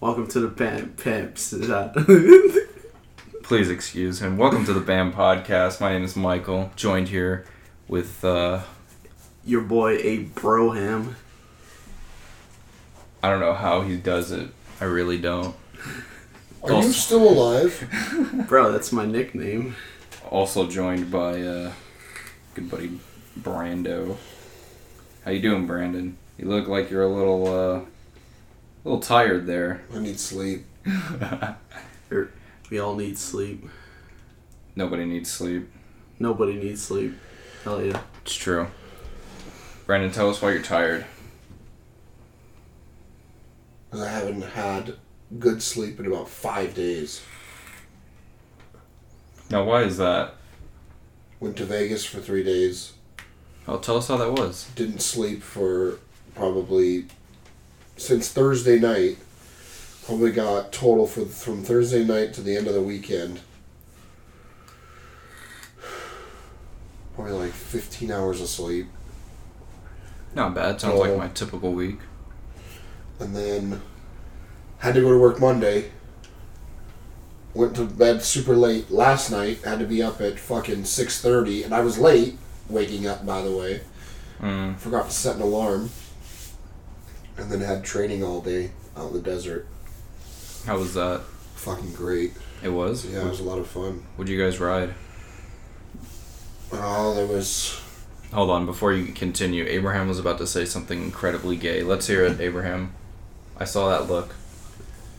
Welcome to the Bam Pimps. Is that- Please excuse him. Welcome to the BAM podcast. My name is Michael, joined here with, uh, Your boy A Broham. I don't know how he does it. I really don't. Are you still alive? Bro, that's my nickname. Also joined by, uh, good buddy Brando. How you doing, Brandon? You look like you're a little, uh, a little tired there. I need sleep. Er, We all need sleep. Nobody needs sleep. Nobody needs sleep. Hell yeah. It's true. Brandon, tell us why you're tired. Because I haven't had good sleep in about five days. Now, why is that? Went to Vegas for three days. Oh, tell us how that was. Didn't sleep for probably since Thursday night. Probably got total for from Thursday night to the end of the weekend. Probably like 15 hours of sleep. Not bad. Sounds like Oh. my typical week. and then had to go to work Monday. Went to bed super late last night. Had to be up at fucking six thirty, and I was late waking up. By the way, Mm. forgot to set an alarm, and then had training all day out in the desert. How was that? Fucking great. It was? Yeah, it was a lot of fun. Would you guys ride? Oh, there was Hold on, before you continue, Abraham was about to say something incredibly gay. Let's hear it, Abraham. I saw that look.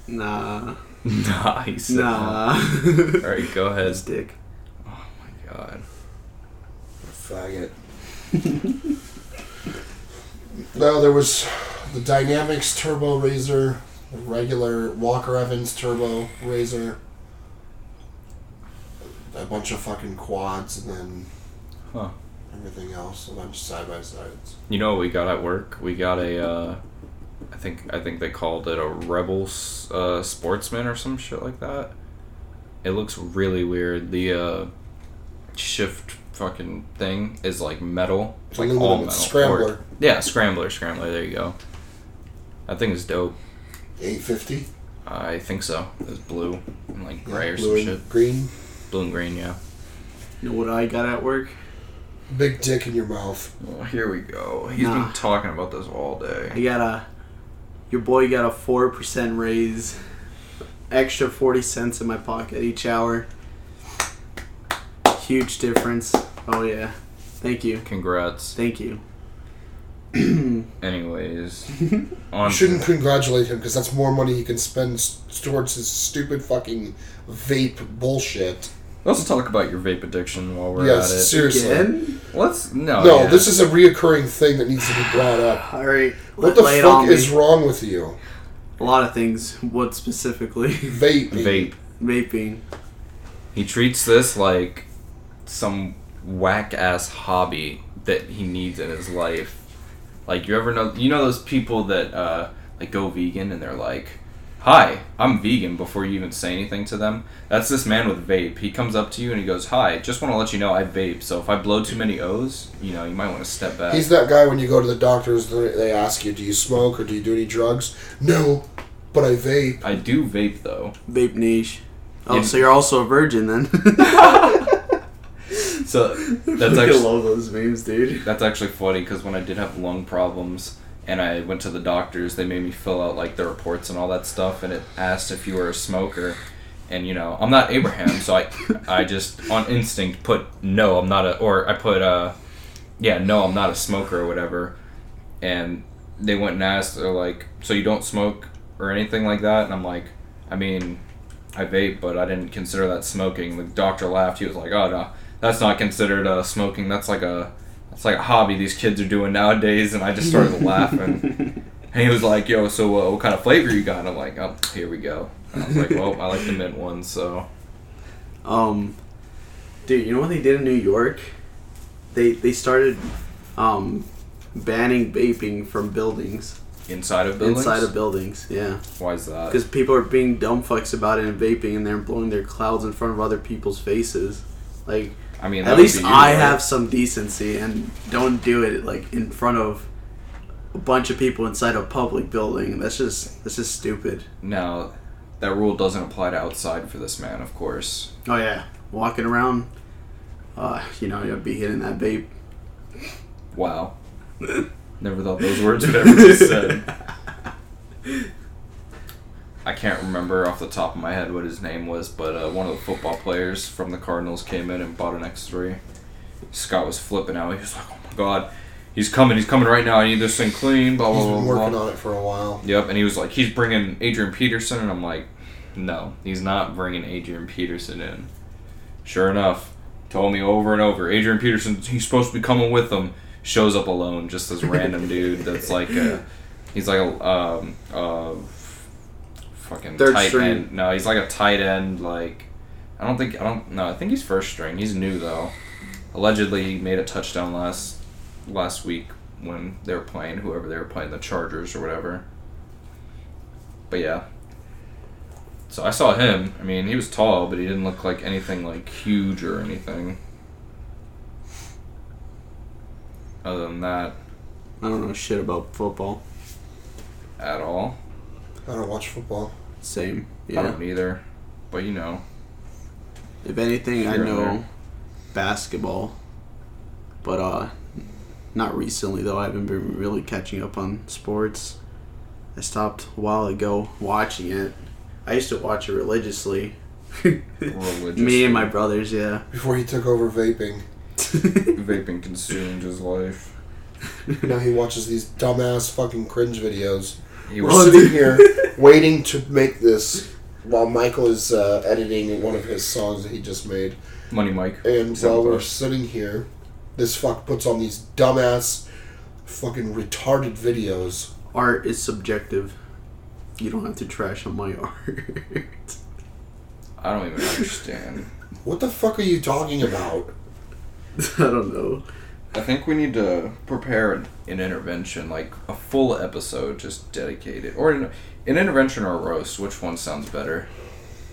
Nah. nice. Nah. All right, go ahead. His dick. God. Faggot. no, there was the Dynamics Turbo Razor, the regular Walker Evans Turbo Razor, a bunch of fucking quads, and then Huh. everything else, a bunch of side by sides. You know what we got at work? We got a uh I think I think they called it a Rebel s- uh, Sportsman or some shit like that. It looks really weird. The uh shift fucking thing is like metal. It's like aluminum, all it's metal. scrambler. Or- yeah, scrambler, scrambler, there you go. That thing is dope. 850. I think so. It was blue and like gray or blue some and shit. Green. Blue and green, yeah. You know what I got at work? Big dick in your mouth. Well, Oh, here we go. He's Nah. been talking about this all I day. got a. Your boy got a 4% raise. Extra 40 cents in my pocket each hour. Huge difference. Oh yeah. Thank you. Congrats. Thank you. Anyways, You on shouldn't congratulate him because that's more money he can spend s- towards his stupid fucking vape bullshit. Let's talk about your vape addiction while we're yes, at it. seriously. Again? Let's no. no, Oh, yeah. this is a reoccurring thing that needs to be brought up. All right. What let- the lay it fuck on me. is wrong with you? A lot of things. What specifically? Vape. vape. Vaping. He treats this like some whack ass hobby that he needs in his life. Like you ever know you know those people that uh, like go vegan and they're like, "Hi, I'm vegan." Before you even say anything to them, that's this man with vape. He comes up to you and he goes, "Hi, just want to let you know I vape. So if I blow too many O's, you know you might want to step back." He's that guy when you go to the doctors, they they ask you, do you smoke or do you do any drugs? No, but I vape. I do vape though. Vape niche. Oh, Yeah. so you're also a virgin then? So that's I actually love those memes, dude. That's actually funny because when I did have lung problems and I went to the doctors, they made me fill out like the reports and all that stuff, and it asked if you were a smoker. And you know, I'm not Abraham, so I, I just on instinct put no, I'm not a, or I put uh, yeah, no, I'm not a smoker or whatever. And they went and asked, they're like, so you don't smoke or anything like that? And I'm like, I mean, I vape, but I didn't consider that smoking. The doctor laughed. He was like, oh no, that's not considered uh, smoking. That's like a it's like a hobby these kids are doing nowadays, and I just started laughing. And he was like, "Yo, so uh, what kind of flavor you got?" And I'm like, "Oh, here we go." And I was like, "Well, I like the mint one, so Um, dude, you know what they did in New York? They they started um banning vaping from buildings, inside of buildings." Uh. inside of buildings. Yeah, Why is that? because people are being dumb fucks about it and vaping, and they're blowing their clouds in front of other people's faces. Like, I mean, that at would least be you, I right? have some decency and don't do it like in front of a bunch of people inside a public building. That's just that's just stupid. Now, that rule doesn't apply to outside for this man, of course. Oh yeah, walking around, uh, you know, you'll be hitting that vape. Wow. Never thought those words would ever be said. I can't remember off the top of my head what his name was, but uh, one of the football players from the Cardinals came in and bought an X3. Scott was flipping out. He was like, oh my god, he's coming, he's coming right now. I need this thing clean, blah, He's blah, been blah, blah. working on it for a while. Yep, and he was like, he's bringing Adrian Peterson, and I'm like, no, he's not bringing Adrian Peterson in. Sure enough, told me over and over, Adrian Peterson, he's supposed to be coming with them. Shows up alone, just this random dude that's like, a, he's like a um, uh, fucking Third tight string. end. No, he's like a tight end. Like, I don't think I don't. No, I think he's first string. He's new though. Allegedly he made a touchdown last last week when they were playing whoever they were playing the Chargers or whatever. But yeah. So I saw him. I mean, he was tall, but he didn't look like anything like huge or anything. Other than that, I don't know shit about football. at all. I don't watch football. Same. I Yeah. don't either. But you know, If anything, I Here and know there. basketball, but uh, not recently though. I haven't been really catching up on sports. I stopped a while ago watching it. I used to watch it religiously. Me Religiously. and my brothers, yeah. Before he took over vaping, vaping consumed his life. now he watches these dumbass fucking cringe videos. He We're Well, was sitting here waiting to make this while Michael is uh, editing one of his songs that he just made. Money Mike. And Sound while we're Clash. sitting here, this fuck puts on these dumbass, fucking retarded videos. art is subjective. You don't have to trash on my art. I don't even understand. What the fuck are you talking about? I don't know. I think we need to prepare an, an intervention, like a full episode just dedicated, or an, an intervention or a roast. Which one sounds better?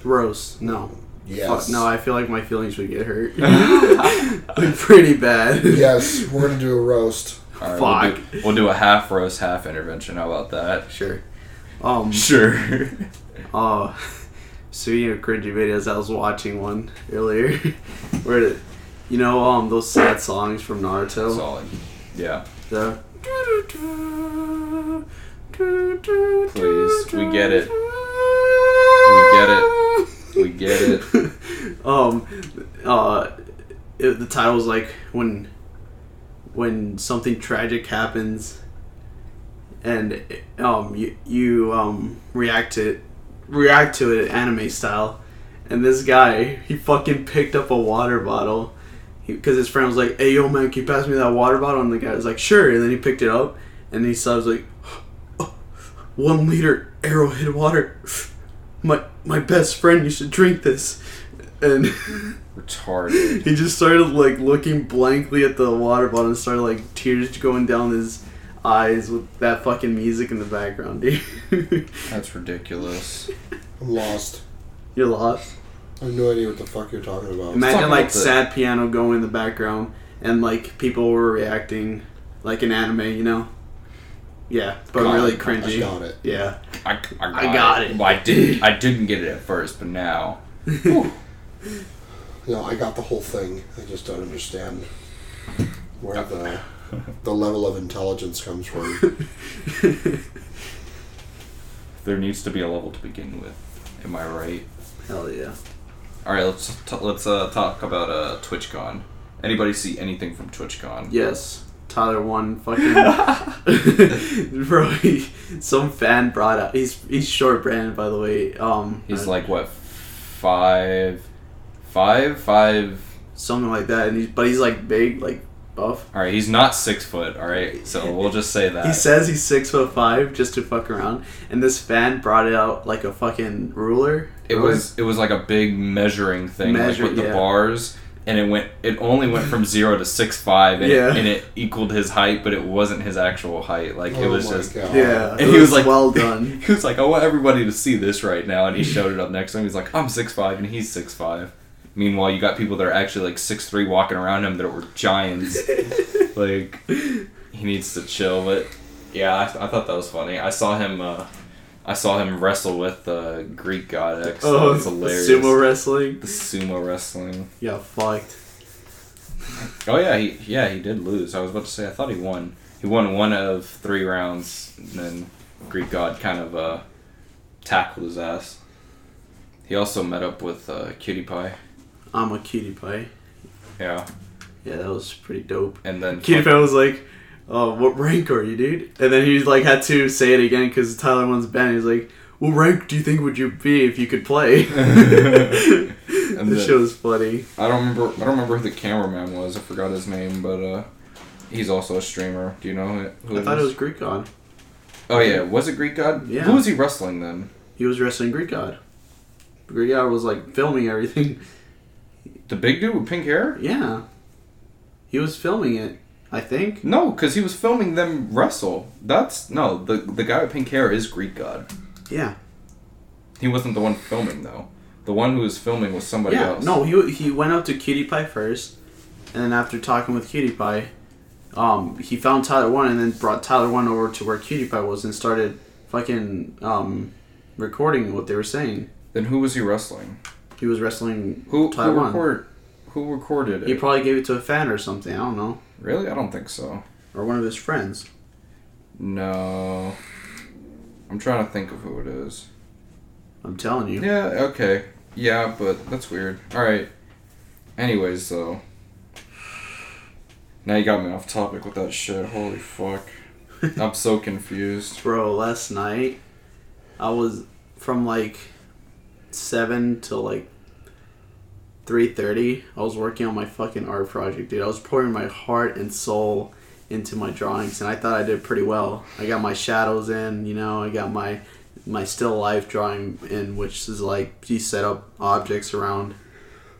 Roast, no. Yes. Fuck, no, I feel like my feelings would get hurt. like, pretty bad. yes, we're gonna do a roast. All right, We'll do, Fuck. we'll do a half roast, half intervention. How about that? Sure. Um, Sure. uh, speaking of cringy videos, I was watching one earlier where, the- you know, um, those sad songs from Naruto. Solid. Yeah. The. Please, Please, we get it. We get it. We get it. um, uh, it, the title's like when when something tragic happens, and um, you you um react to it, react to it anime style, and this guy he fucking picked up a water bottle. Because his friend was like, "Hey, yo, man, can you pass me that water bottle?" And the guy was like, "Sure." And then he picked it up, and he saw it was like, "Oh, one liter arrowhead water. My my best friend, you should drink this. And Retarded. he just started like looking blankly at the water bottle and started like tears going down his eyes with that fucking music in the background, dude. That's ridiculous. I'm lost. You're lost. I have no idea what the fuck you're talking about. talk Imagine about like the- sad piano going in the background and like people were reacting like an anime, you know? Yeah, but Got really it. cringy. I got it. Yeah. I, I got, I got it. Well, I did. I didn't get it at first, but now. Whew. No, I got the whole thing. I just don't understand where the the level of intelligence comes from. There needs to be a level to begin with. Am I right? Hell yeah. All right, let's t- let's uh, talk about uh, TwitchCon. Anybody see anything from TwitchCon? Yes, Tyler won fucking bro. He, some fan brought out. He's he's short brand by the way. Um, He's uh, like what five, five, five. something like that, and he's but he's like big, like buff. All right, he's not six foot. All right, so we'll just say that. He says he's six foot five just to fuck around, and this fan brought out like a fucking ruler. it was it was like a big measuring thing, Measure- like with the yeah. bars, and it went. It only went from zero to six five, and, Yeah. it, and it equaled his height, but it wasn't his actual height. Like it Oh was my just. God. Yeah, And he was like, "Well done." He was like, I want everybody to see this right now, and he showed it up next to him. He's like, I'm six five, and he's six five. Meanwhile, you got people that are actually like six three walking around him that were giants. like, he needs to chill. But yeah, I, I thought that was funny. I saw him. Uh, I saw him wrestle with the Greek god X. Oh, Oh, it's hilarious. sumo wrestling. the sumo wrestling. Yeah, fucked. Oh yeah, he yeah he did lose. I was about to say I thought he won. He won one of three rounds, and then Greek God kind of uh, tackled his ass. He also met up with uh, Cutie Pie. I'm a cutie pie. Yeah, Yeah, that was pretty dope. and then Cutie pie was like, "Oh, what rank are you, dude?" And then he like had to say it again because Tyler wants banned. He's like, "What rank do you think would you be if you could play?" And this then- show was funny. I don't remember. I don't remember who the cameraman was. I forgot his name, but uh, he's also a streamer. Do you know who- who? I thought it was Greek God. Oh yeah, was it Greek God? Yeah. Who was he wrestling then? He was wrestling Greek God. Greek God was like filming everything. The big dude with pink hair? Yeah, he was filming it. I think. No, because he was filming them wrestle. That's no. The the guy with pink hair is Greek God. Yeah. He wasn't the one filming though. The one who was filming was somebody yeah. else. No, he he went up to Cutie Pie first, and then after talking with Cutie Pie, um, he found Tyler One and then brought Tyler One over to where Cutie Pie was and started fucking um, recording what they were saying. Then who was he wrestling? He was wrestling Who Tyler who One. record, Who recorded it? He probably gave it to a fan or something. I don't know, really? I don't think so. or one of his friends. No. I'm trying to think of who it is. I'm telling you. Yeah, okay. Yeah, but that's weird. Alright. Anyways, though. Now you got me off topic with that shit. Holy fuck. I'm so confused. Bro, last night I was from like seven till like three thirty. I was working on my fucking art project, dude. I was pouring my heart and soul into my drawings, and I thought I did pretty well. I got my shadows in, you know. I got my my still life drawing in, which is like you set up objects around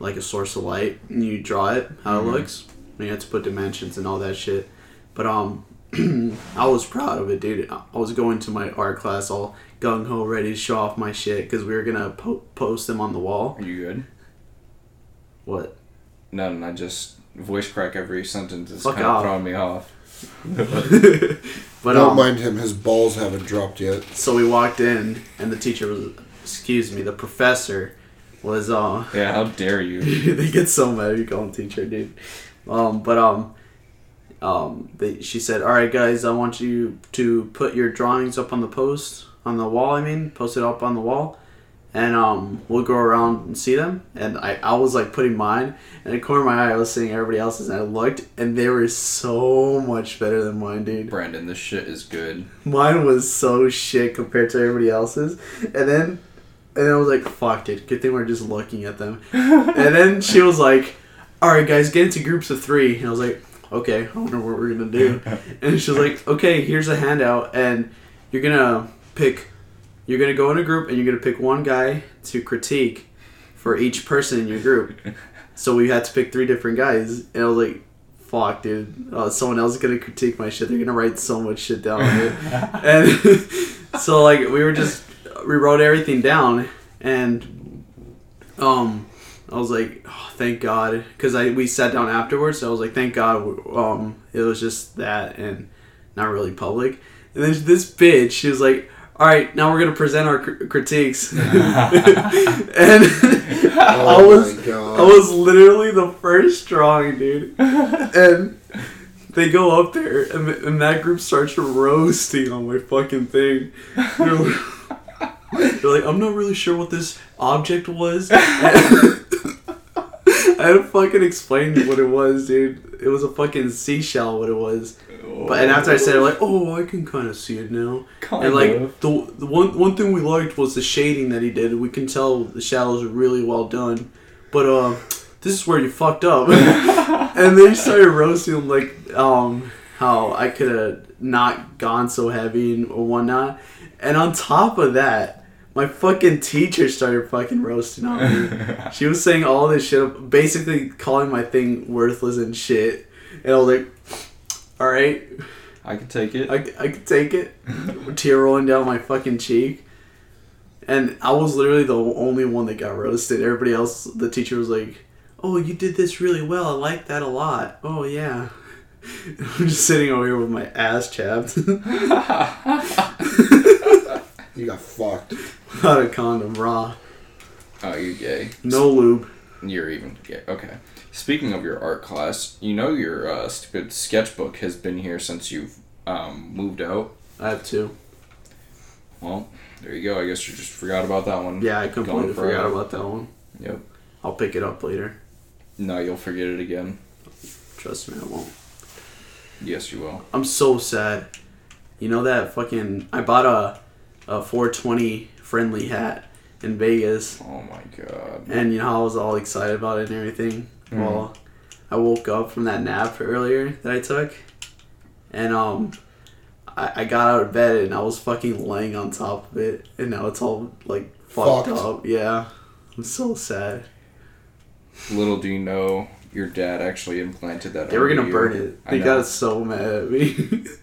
like a source of light, and you draw it how it looks. And you have to put dimensions and all that shit. But um, I was proud of it, dude. I I was going to my art class all gung ho, ready to show off my shit because we were gonna po- post them on the wall. Are you good? What? None. I just voice crack every sentence is Fuck kind of off. throwing me off. But Don't um, mind him. His balls haven't dropped yet. so we walked in, and the teacher was, excuse me, the professor was uh, Yeah, how dare you? they get so mad if you call them teacher, dude. Um, but um, um, they, she said, "All right, guys, I want you to put your drawings up on the post on the wall. I mean, post it up on the wall, and um, we'll go around and see them." And I, I was like putting mine, and in the corner of my eye, I was seeing everybody else's, and I looked, and they were so much better than mine, dude. Brandon, this shit is good. Mine was so shit compared to everybody else's, and then and I was like, "Fuck, dude! Good thing we're just looking at them." and then she was like, "All right, guys, get into groups of three. And I was like, "Okay, I wonder what we're gonna do." and she was like, "Okay, here's a handout, and you're gonna pick. You're gonna go in a group, and you're gonna pick one guy to critique for each person in your group." so we had to pick three different guys, and I was like. Fuck, dude. Uh, someone else is gonna critique my shit. They're gonna write so much shit down. Dude. and so, like, we were just we wrote everything down, and um, I was like, oh, thank God, because I we sat down afterwards. So I was like, thank God, um, it was just that and not really public. And then this bitch, she was like, all right, now we're gonna present our cr- critiques, and I Oh was my God. I was literally the first drawing, dude, and. They go up there, and, th- and that group starts roasting on my fucking thing. They're like, they're like, I'm not really sure what this object was. I had to fucking explain what it was, dude. It was a fucking seashell, what it was. But and after I said it, like, oh, I can kind of see it now. Kind and like of. the, the one one thing we liked was the shading that he did. We can tell the shadows are really well done. But uh, this is where you fucked up. and they started roasting him like um how I could have not gone so heavy and or whatnot. And on top of that, my fucking teacher started fucking roasting on me. she was saying all this shit, basically calling my thing worthless and shit. And I was like, all right, I could take it. I, I could take it. Tear rolling down my fucking cheek. And I was literally the only one that got roasted. Everybody else, the teacher was like, oh, you did this really well. I like that a lot. Oh, yeah. I'm just sitting over here with my ass chapped You got fucked. without a condom, raw, oh, you're gay. no lube. You're even gay. Okay. Speaking of your art class, you know your uh, stupid sketchbook has been here since you've um, moved out. I have two. Well, there you go. I guess you just forgot about that one. Yeah, I completely Gone forgot forever. about that one. Yep. I'll pick it up later. No, you'll forget it again. Trust me, I won't. Yes, you will. I'm so sad. You know that fucking I bought a a 420 friendly hat in Vegas, Oh my god. and you know how I was all excited about it and everything. Well, I woke up from that nap earlier that I took, and um, I, I got out of bed and I was fucking laying on top of it, and now it's all like fucked, Fucked. up. Yeah, I'm so sad. Little do you know, your dad actually implanted that. They were onto gonna you. burn it. I They know. got so mad at me.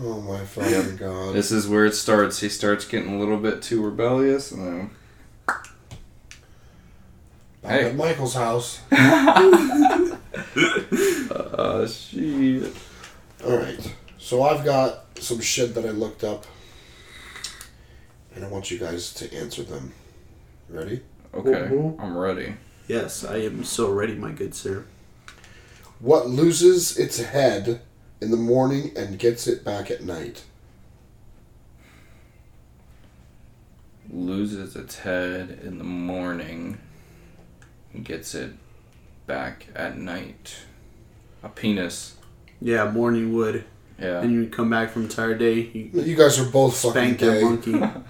Oh my fucking god. This is where it starts. He starts getting a little bit too rebellious, and then Back Hey. at Michael's house. uh, shit. Alright. So I've got some shit that I looked up. And I want you guys to answer them. Ready? Okay, Mhm. I'm ready. yes, I am so ready, my good sir. What loses its head in the morning and gets it back at night? Loses its head in the morning, and gets it back at night. A penis. Yeah, morning wood. Yeah. And you come back from a tired day, you You guys are both fucking spank that gay. monkey. A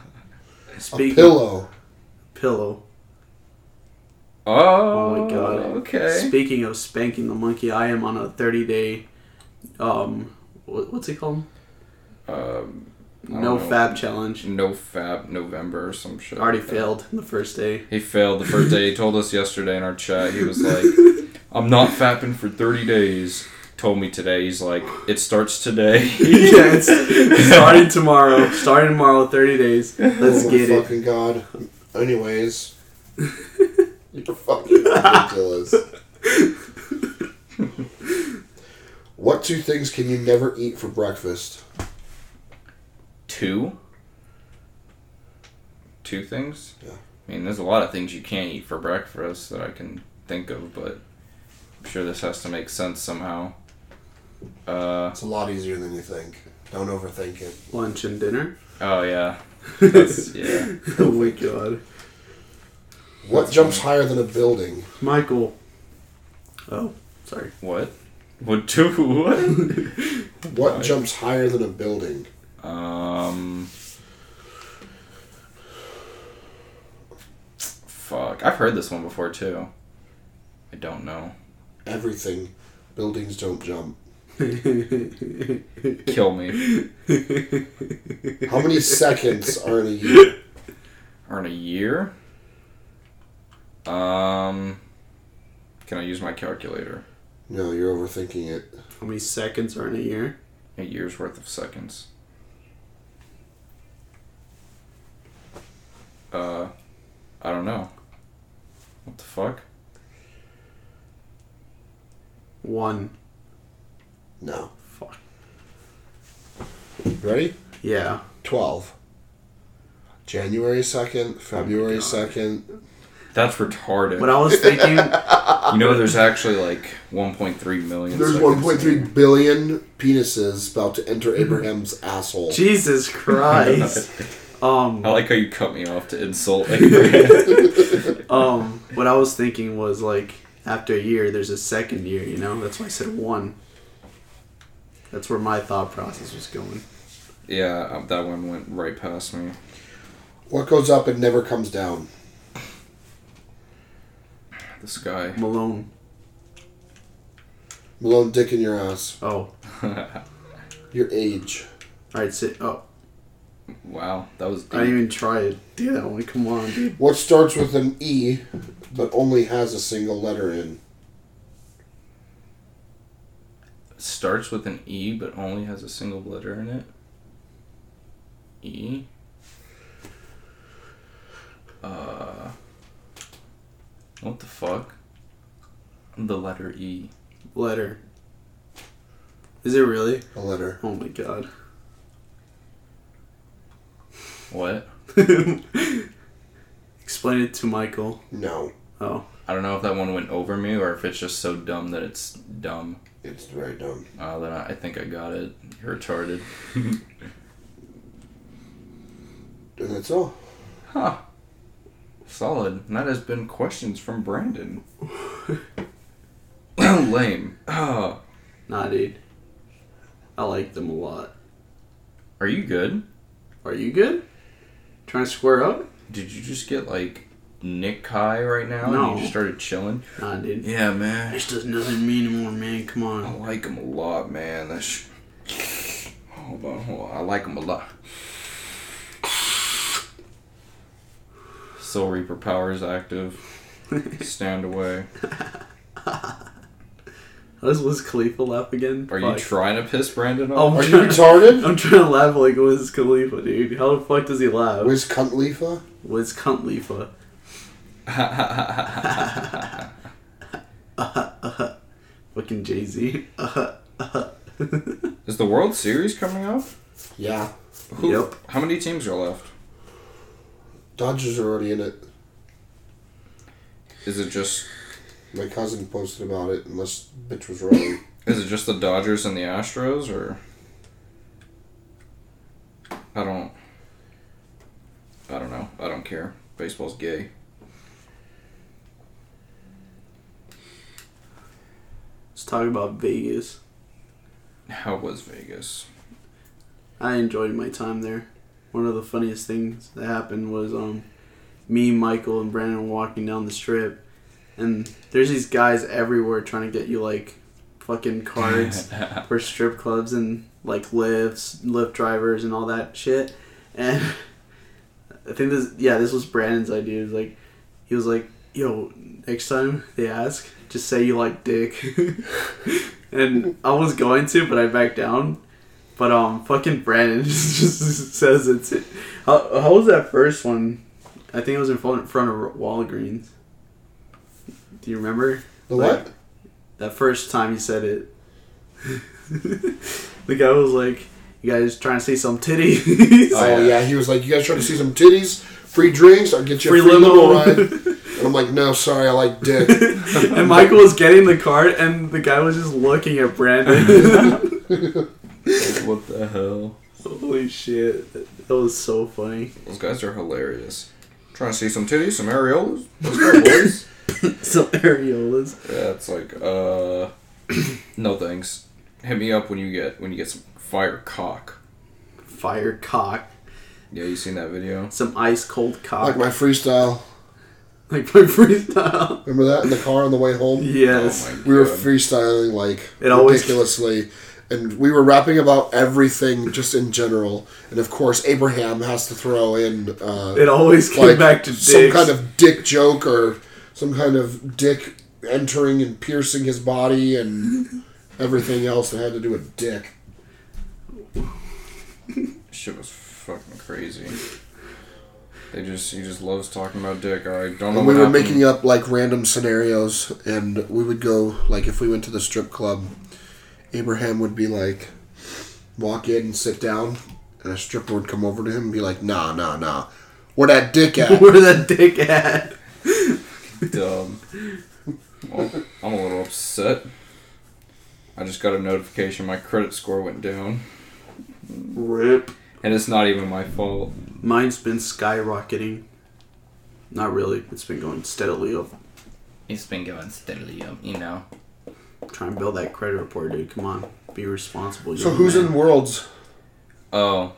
Speak pillow. pillow. Oh, Oh my god. Okay. Speaking of spanking the monkey, I am on a 30 day, um, what, what's it called? Um, I don't No know. fab challenge. no fab November or some shit. Already like that. failed the first day. He failed the first day. He told us yesterday in our chat. He was like, "I'm not fapping for 30 days." Told me today. He's like, "It starts today." yeah, it's starting tomorrow. Starting tomorrow, 30 days. Let's oh get my it. fucking god. Anyways. You're fucking ridiculous. what two things can you never eat for breakfast? Two. Two things. Yeah. I mean, there's a lot of things you can't eat for breakfast that I can think of, but I'm sure this has to make sense somehow. Uh It's a lot easier than you think. Don't overthink it. Lunch and dinner. oh yeah. That's, yeah. oh my god. What jumps higher than a building? Michael. Oh, sorry. What? What two? What? What jumps higher than a building? Um. Fuck. I've heard this one before too. I don't know. Everything. Buildings don't jump. Kill me. How many seconds are in a year? Or in a year? Um. Can I use my calculator? No, you're overthinking it. How many seconds are in a year? A year's worth of seconds. Uh. I don't know. What the fuck? One. No. Fuck. Ready? Yeah. 12. January 2nd, February God. 2nd. That's retarded. What I was thinking, You know, there's actually like 1.3 million. There's seconds. 1.3 billion penises about to enter Abraham's asshole. Jesus Christ. Um, I like how you cut me off to insult. Abraham. um, what I was thinking was like after a year, there's a second year. You know, that's why I said one. That's where my thought process was going. yeah, um, that one went right past me. What goes up and never comes down? This guy. Malone. Malone dick in your ass. Oh, Your age. all right. Sit. Oh, wow, that was I didn't deep. even try to do that one. Come on, dude. What starts with an E but only has a single letter in? Starts with an E, but only has a single letter in it. E. Uh. What the fuck? The letter E. Letter. Is it really? A letter. Oh my god. What? Explain it to Michael. No, Oh. I don't know if that one went over me or if it's just so dumb that it's dumb. it's very dumb. Uh, then I, I think I got it. You're retarded. And that's all. Huh. Solid. And that has been questions from Brandon. Lame. Oh, Nah, dude. I like them a lot. are you good? Are you good? Trying to square up? Did you just get like Nick high right now? And No. you just started chilling? Nah, dude. Yeah, man. This doesn't nothing mean anymore, man. Come I on. like him a lot, man. That's. Sh- hold on, hold on. I like him a lot. Soul Reaper power is active. Stand away. How does Wiz Khalifa laugh again? Are you Fuck. trying to piss Brandon Oh, off? Are you trying- retarded? I'm trying to laugh like Wiz Khalifa, dude. How the fuck does he laugh? Wiz Cunt Leafa? Wiz Cunt Khalifa. Fucking Jay Z. Oh. Is the World Series coming up? Yeah. Who, Yep. How many teams are left? Dodgers are already in it. Is it just My cousin posted about it, unless bitch was wrong. is it just the Dodgers and the Astros or I don't I don't know. I don't care. Baseball's gay. Let's talk about Vegas. How was Vegas? I enjoyed my time there. One of the funniest things that happened was um, me, Michael, and Brandon walking down the strip, and there's these guys everywhere trying to get you like fucking cards for strip clubs and like lifts, lift drivers, and all that shit. And I think this, yeah, this was Brandon's idea. It was like, he was like, "Yo, next time they ask, just say you like dick." and I was going to, but I backed down. But um, fucking Brandon just, just says it's. How, how was that first one? I think it was in front, front of Walgreens. Do you remember The what? that first time you said it? the guy was like, "You guys trying to see some titties?" Oh, Oh, yeah. yeah. He was like, You guys trying to see some titties? Free drinks? I'll get you Free a free limo, limo." ride. And I'm like, No, sorry, I like dick. and Michael was getting the card, and the guy was just looking at Brandon. what the hell? Holy shit, that was so funny. Those guys are hilarious. Trying to see some titties, some areolas. Let's go, boys. Some areolas. Yeah, it's like uh, no thanks. Hit me up when you get when you get some fire cock. fire cock, Yeah, you seen that video? some ice cold cock, like my freestyle. like my freestyle. Remember that in the car on the way home? Yes, Oh my We were God. freestyling like It always- ridiculously, and we were rapping about everything just in general. And of course, Abraham has to throw in uh, it always came back to some dicks. kind of dick joke or some kind of dick entering and piercing his body and everything else that had to do with dick. Shit was fucking crazy. They just he just loves talking about dick. I don't know. And what we were happened. making up like random scenarios, and we would go like if we went to the strip club, Abraham would be like, walk in and sit down, and a stripper would come over to him and be like, "Nah, nah, nah, where that dick at?" Where that dick at? dumb. Well, I'm a little upset. I just got a notification my credit score went down, Rip. and it's not even my fault. Mine's been skyrocketing. Not really. It's been going steadily up. It's been going steadily up, you know. Try and build that credit report, dude. Come on, be responsible. so young who's man. in worlds? Oh,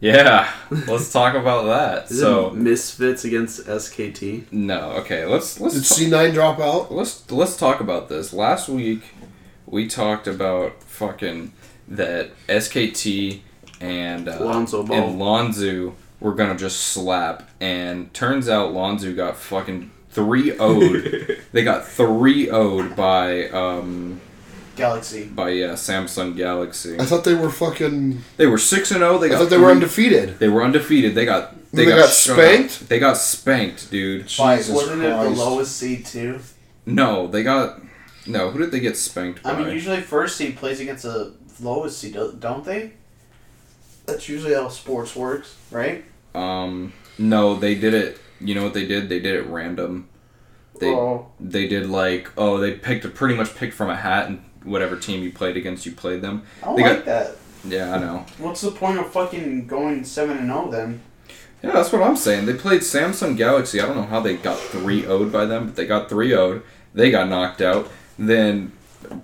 yeah. Let's talk about that. Is so it Misfits against SKT? no, okay. Let's let's Did C nine drop out? let's let's talk about this. Last week we talked about fucking that SKT and uh, Lonzo Ball. and Lonzo were gonna just slap, and turns out Lonzo got fucking three would They got three would by um Galaxy. by uh, Samsung Galaxy. I thought they were fucking. They were six and zero. They I got thought they were three- undefeated. They were undefeated. They got They got shut spanked? out. They got spanked, dude. Jesus Christ. seed too? No, they got No, who did they get spanked by? I mean, usually first seed plays against the lowest seed, do- don't they? That's usually how sports works, right? um, no, they did it. You know what they did? They did it random. They Oh. they did like oh they picked pretty much picked from a hat and whatever team you played against you played them. I don't They like got- that. Yeah, I know. What's the point of fucking going seven and zero then? Yeah, that's what I'm saying. They played Samsung Galaxy. I don't know how they got 3 0'd by them, but they got 3 0'd. They got knocked out. Then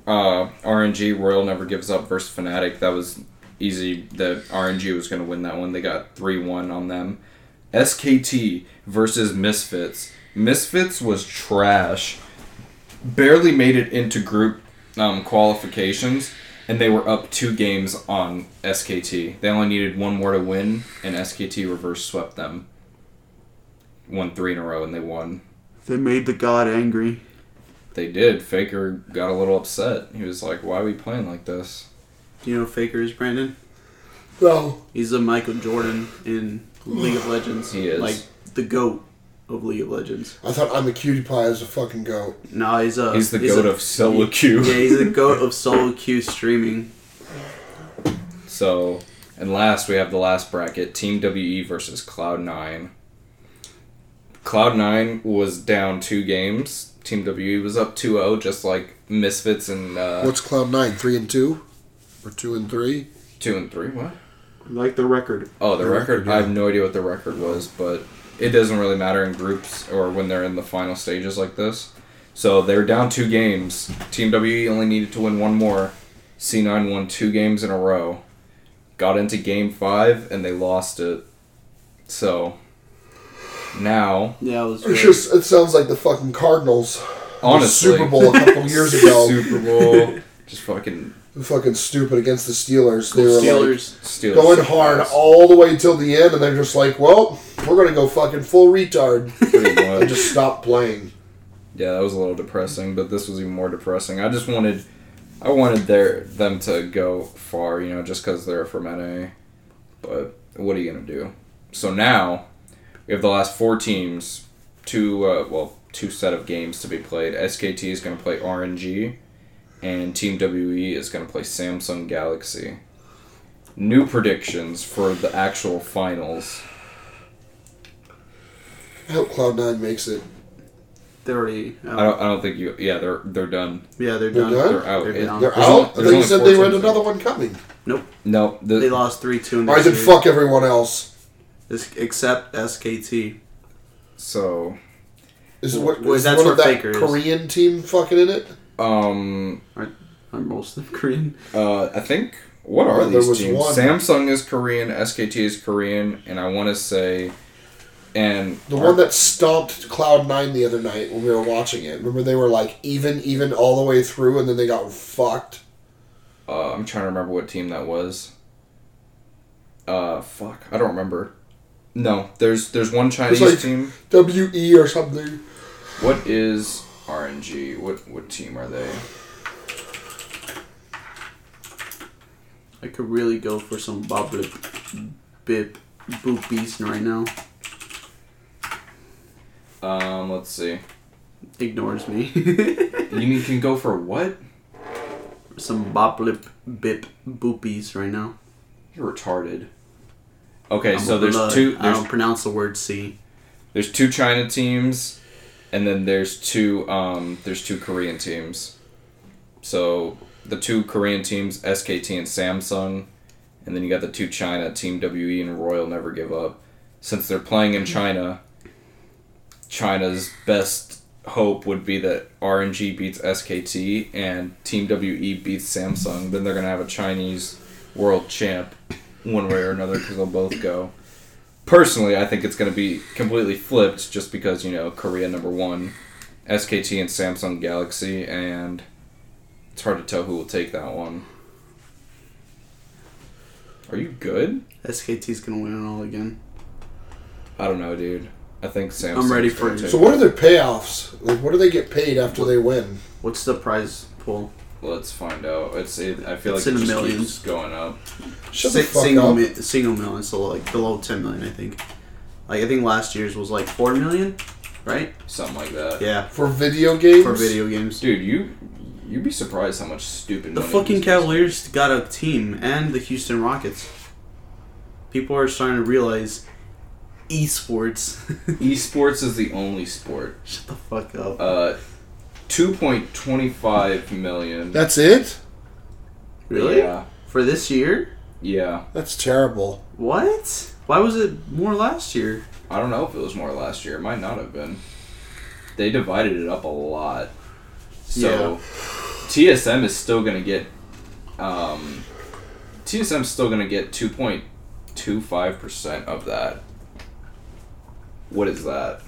uh, RNG, Royal Never Gives Up versus Fnatic. That was easy. The RNG was going to win that one. They got 3 1 on them. SKT versus Misfits. Misfits was trash. Barely made it into group um, qualifications, and they were up two games on SKT. They only needed one more to win, and SKT reverse swept them. Won three in a row, and they won. They made the god angry. They did. Faker got a little upset. He was like, "Why are we playing like this?" Do you know who Faker is, Brandon? No. He's the Michael Jordan in League of Legends. He is. Like, the GOAT of League of Legends. I thought I'm a cutie pie as a fucking goat. No, he's a... He's the goat a- of solo queue. Yeah, he's the GOAT of solo queue streaming. So, and last we have the last bracket: Team WE versus Cloud Nine. Cloud Nine was down two games. Team WE was up 2-0, just like Misfits and uh, What's Cloud Nine? Three and two, or two and three? two and three. What? Like the record. Oh, the, The record. record, I have no idea what the record was, but it doesn't really matter in groups or when they're in the final stages like this. So they were down two games. Team WE only needed to win one more. C9 won two games in a row. Got into game five and they lost it. So now, Yeah, it was It's really- just it sounds like the fucking Cardinals. honestly, the Super Bowl a couple years ago. Super Bowl, just fucking fucking stupid against the Steelers. They were like Steelers. steal. going hard all the way till the end, and they're just like, "Well, we're gonna go fucking full retard Pretty and much. just stop playing." Yeah, that was a little depressing, but this was even more depressing. I just wanted, I wanted their them to go far, you know, just because they're from NA. But what are you gonna do? So now we have the last four teams, two uh, well, two set of games to be played. SKT is gonna play RNG, and Team WE is gonna play Samsung Galaxy. New predictions for the actual finals. I hope Cloud Nine makes it. They're already... out. I don't, I don't think you. Yeah, they're they're done. yeah, they're They're done. done? They're out. They're It- down. They're There's only- out. there's I only thought you said four they had teams in. another one coming. No, the, They lost 3-2 in the Or I said, series. "Fuck everyone else." This- Except SKT. So, Is it what? Well, Is that's one of where that Faker is. Korean team fucking in it? um, I'm most of them Korean. uh, I think what are Well, there these was teams? one. Samsung is Korean, SKT is Korean, and I want to say, and The one that stomped Cloud Nine the other night when we were watching it. Remember they were like even, even all the way through, and then they got fucked. uh, I'm trying to remember what team that was. Uh, fuck, I don't remember. No, there's there's one Chinese like- team. W E or something. What is RNG? What what team are they? I could really go for some bubble bip boop beast right now. Um, let's see. Ignores me. You need can go for what? some boplip bip boopies right now. You're retarded. Okay, I'm so there's blood. two. I There's don't pronounce the word C. There's two China teams, and then there's two um, there's two Korean teams. So the two Korean teams, SKT and Samsung, and then you got the two China Team WE and Royal Never Give Up. Since they're playing in China, China's best hope would be that RNG beats SKT and Team WE beats Samsung. Then they're gonna have a Chinese world champ, one way or another, because they'll both go personally, I think it's going to be completely flipped just because, you know, Korea number one, SKT and Samsung Galaxy, and it's hard to tell who will take that one. Are you good? SKT's gonna win it all again. I don't know, dude. I think Samsung. ready for it. So what are their payoffs? Like, what do they get paid after they win? What's the prize pool? Let's find out. It's. It, I feel It's like in it the just millions. keeps going up. Shut Si- the fuck single up. mi- single million, so like below ten million, I think. Like I think last year's was like four million, right? Something like that. Yeah, For video games? for video games. Dude, you You'd be surprised how much stupid. The money fucking these guys- Cavaliers got a team and the Houston Rockets. People are starting to realize esports. Esports is the only sport. Shut the fuck up. Uh, two point twenty five million. That's it? really? Yeah. For this year? Yeah. That's terrible. What? Why was it more last year? I don't know if it was more last year. It might not have been. They divided it up a lot. So TSM is still going to get um TSM's still going to get 2.25% of that. What is that?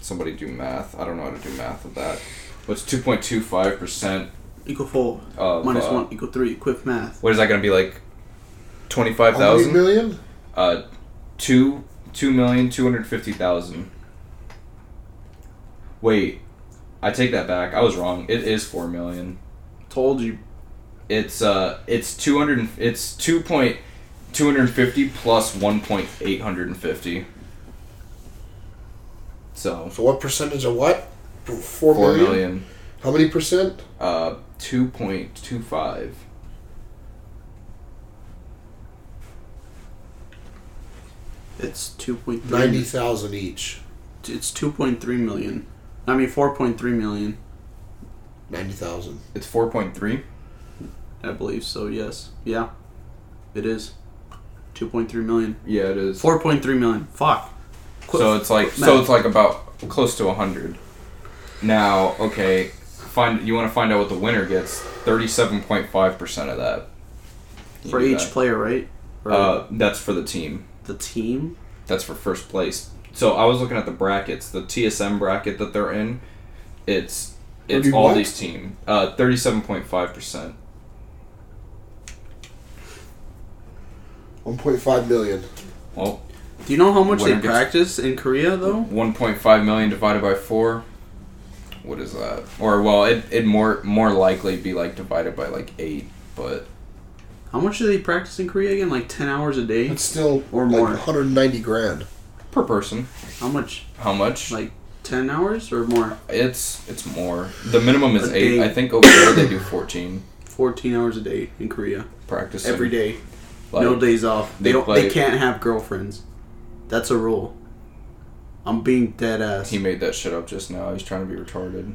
Somebody do math. I don't know how to do math of that. What's 2.25% Equal four of minus uh, one equal three. Quick math. What is that going to be like How many 25,000? million? Uh 2 two million two hundred fifty thousand. Wait, I take that back. I was wrong. It is 4 million. Told you. It's uh, it's two hundred. and It's two point two hundred fifty plus one point eight hundred and fifty. So So what percentage of what? Four four million? million. How many percent? Uh, two point two five. It's two point three. Ninety thousand each. It's two point three million. I mean four point three million. Ninety thousand. It's four point three. I believe so. Yes. Yeah. It is. Two point three million. Yeah, it is. Four point three million. Fuck. Quick- So it's like so it's like about close to hundred. Now, okay, find you want to find out what the winner gets. Thirty-seven point five percent of that. You for do each that. player, right? Or Uh, that's for the team. the team. That's for first place. So I was looking at the brackets, the TSM bracket that they're in. It's it's Thirty all what? these team. Uh, thirty-seven point five percent. One point five million. Well, Do you know how much Winner they gets- Mm. practice in Korea though? one point five million divided by four. What is that? Or well, it it more more likely be like divided by like eight, but How much do they practice in Korea again? Like ten hours a day? It's still Or like more. one hundred ninety grand. per person. How much? How much? Like ten hours or more? it's it's more. The minimum is A eight. day. I think over there they do fourteen Fourteen hours a day in Korea. practice Every day. Like, no days off. They, they don't play- they can't have girlfriends. That's a rule. I'm being dead ass. He made that shit up just now. He's trying to be retarded.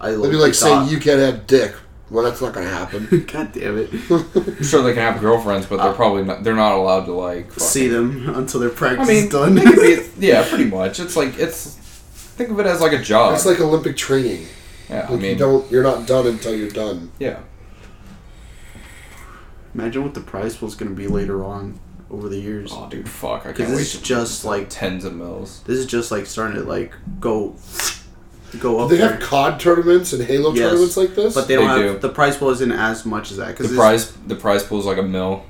I That'd be like saying you can't have dick. Well, that's not gonna happen. you God damn it. I'm sure they can have girlfriends, but they're probably not, they're not allowed to like fucking- Uh, See them until their I practice mean, is done. they could be- yeah, pretty much. It's like it's think of it as like a job. It's like Olympic training. yeah, Like I you mean, don't. You're not done until you're done. yeah, Imagine what the prize pool's gonna be later on over the years. oh dude, fuck, I Because can't wait. this is To, just like tens of mils. this is just like starting to like go go up They there. have COD tournaments and Halo Yes. tournaments like this. but they don't They have do. the prize pool isn't as much as that The because prize the prize pool is like a mil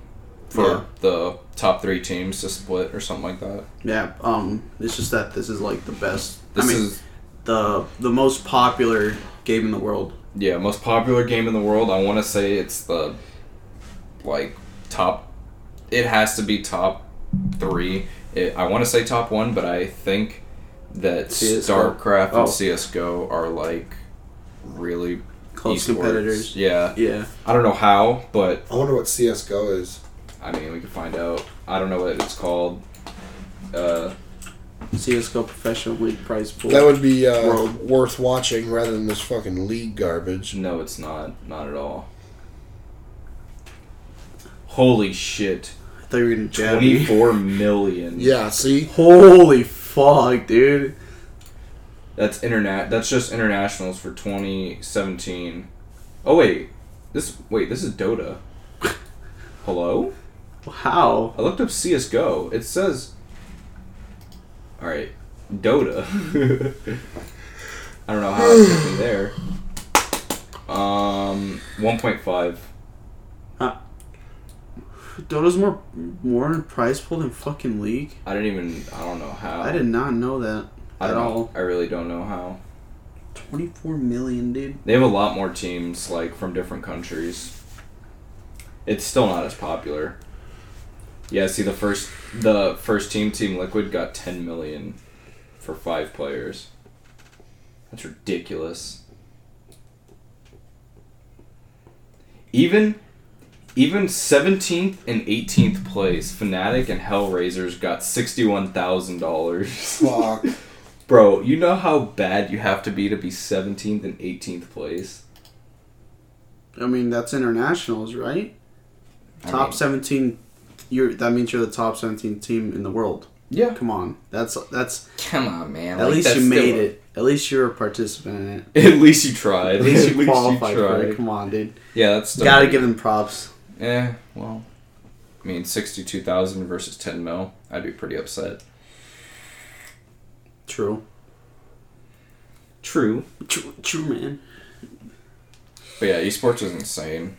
for Yeah. the top three teams to split or something like that. yeah um it's just that this is like the best This I mean is the the most popular game in the world yeah most popular game in the world. I want to say it's the like top. It has to be top three. It, I want to say top one, but I think that CS:GO. StarCraft Oh. and CS:GO are like really close esports. competitors Yeah, yeah I don't know how, but I wonder what CS:GO is. I mean we can find out. I don't know what it's called. Uh, CS:GO professional league prize pool That would be uh, World. worth watching rather than this fucking league garbage. no, it's not. Not at all. Holy shit! I thought you were gonna jab me. Twenty-four million. Yeah. See. holy fuck dude That's internet. That's just internationals for 2017. Oh wait, this wait this is Dota. Hello, wow I looked up CS:GO. It says, all right, Dota. I don't know how it took me there. Um, 1.5. Dota's more more in prize pool than fucking league I didn't even. I don't know how. I did not know that I at don't know. all I really don't know how. 24 million dude They have a lot more teams like from different countries. It's still not as popular. Yeah, see the first the first team Team Liquid got 10 million for 5 players. That's ridiculous. even even 17th and 18th place, Fnatic and Hellraisers got $61,000. Fuck. Bro, you know how bad you have to be to be 17th and 18th place? I mean, that's internationals, right? I top mean- 17 you're that means you're the top 17 team in the world. Yeah. Come on. That's that's Come on, man. at least you made it. At least you're a participant in it. At least you tried. At least you qualified for it. Come on, dude. Yeah, that's still Gotta give them props. Eh, well, I mean, sixty-two thousand versus ten mil. I'd be pretty upset. True. True. True, true man. But yeah, esports is insane.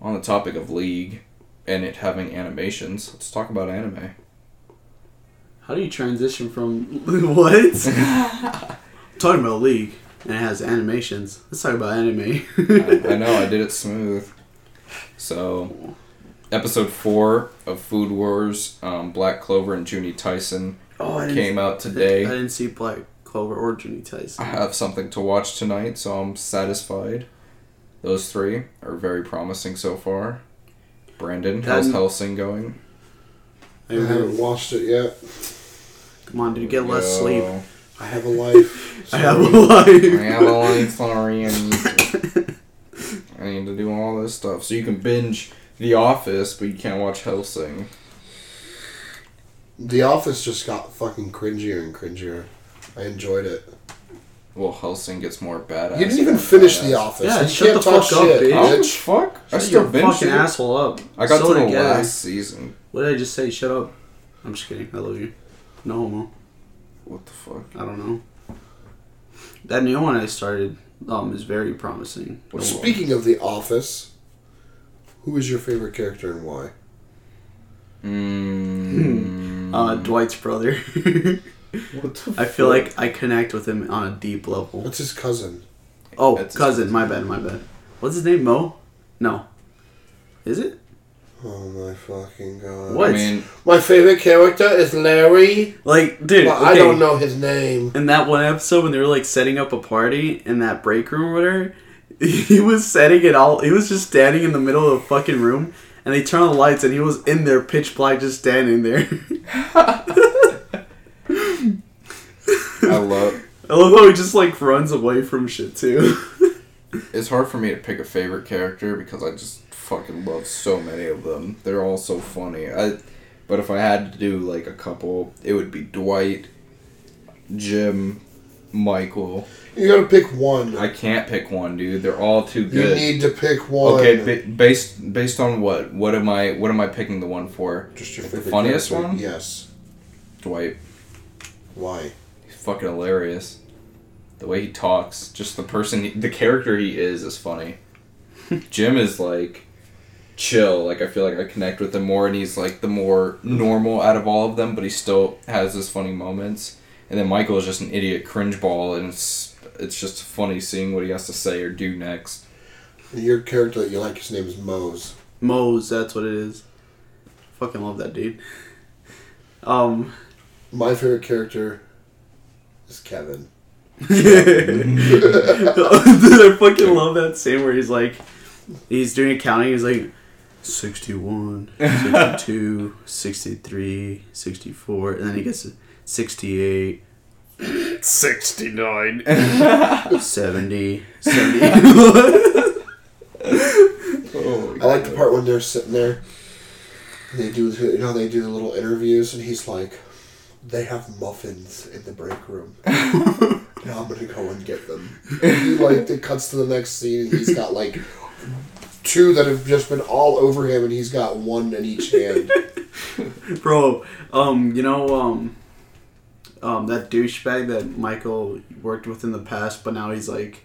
On the topic of League and it having animations, let's talk about anime. How do you transition from what? talking about League and it has animations. Let's talk about anime. I, I know I did it smooth. So, episode four of Food Wars, um, Black Clover and Junie Tyson Oh, I came out I today. didn't see Black Clover or Junie I Tyson. have something to watch tonight, so I'm satisfied. Those three are very promising so far. Brandon, how's Um, Helsing going? I haven't watched it yet. Come on, dude, get less sleep. Yo. I have a life. I have a Sorry. I life. have a long story. I need, to, I need to do all this stuff. So you can binge The Office, but you can't watch Helsing. The Office just got fucking cringier and cringier. I enjoyed it. Well, Helsing gets more badass. You didn't even and finish badass. The Office. Yeah, you shut can't the talk fuck up, shit, bitch. Oh, bitch. fuck. I Shut still your binged fucking it. asshole up. I got so to the together. last season. What did I just say? Shut up. I'm just kidding. I love you. No homo. What the fuck? I don't know. That new one I started um, is very promising. What's- Speaking of The Office, who is your favorite character and why? Mm. Uh, Dwight's brother. What the I feel like I connect with him on a deep level. What's his cousin? Oh, That's- cousin. My bad. My bad. What's his name? Mo? No. Is it? Oh my fucking god. What? I mean, My favorite character is Larry. Like, dude. Well, I okay. don't know his name. in that one episode when they were like setting up a party in that break room or whatever, he was setting it all. He was just standing in the middle of the fucking room, and they turned on the lights, and he was in there, pitch black, just standing there. I love. I love how he just like runs away from shit too. It's hard for me to pick a favorite character because I just fucking love so many of them. They're all so funny. I, but if I had to do like a couple, it would be Dwight, Jim, Michael. You gotta pick one. I can't pick one, dude. They're all too you good. need to pick one. Okay, ba- based based on what? What am I? What am I picking the one for? Just your The favorite funniest character. one? Yes. Dwight. Why? He's fucking hilarious. The way he talks, just the person, he- the character he is, is funny. Jim is like chill. Like I feel like I connect with him more, and he's like the more normal out of all of them, but he still has his funny moments. And then Michael is just an idiot cringeball, and it's it's just funny seeing what he has to say or do next. Your character that you like, his name is Mose. Moe's, that's what it is. Fucking love that dude. Um, My favorite character is Kevin. dude, I fucking love that scene where he's like, he's doing accounting. He's like, 61, 62, 63, 64, and then he gets to 68, 69, 70, 71. Oh, I like the part when they're sitting there. And they do, you know, they do the little interviews, and he's like, "They have muffins in the break room. now I'm gonna go and get them." he like it cuts to the next scene, and he's got like two that have just been all over him, and he's got one in each hand. Bro, um, you know, um, um, that douchebag that Michael worked with in the past, but now he's like,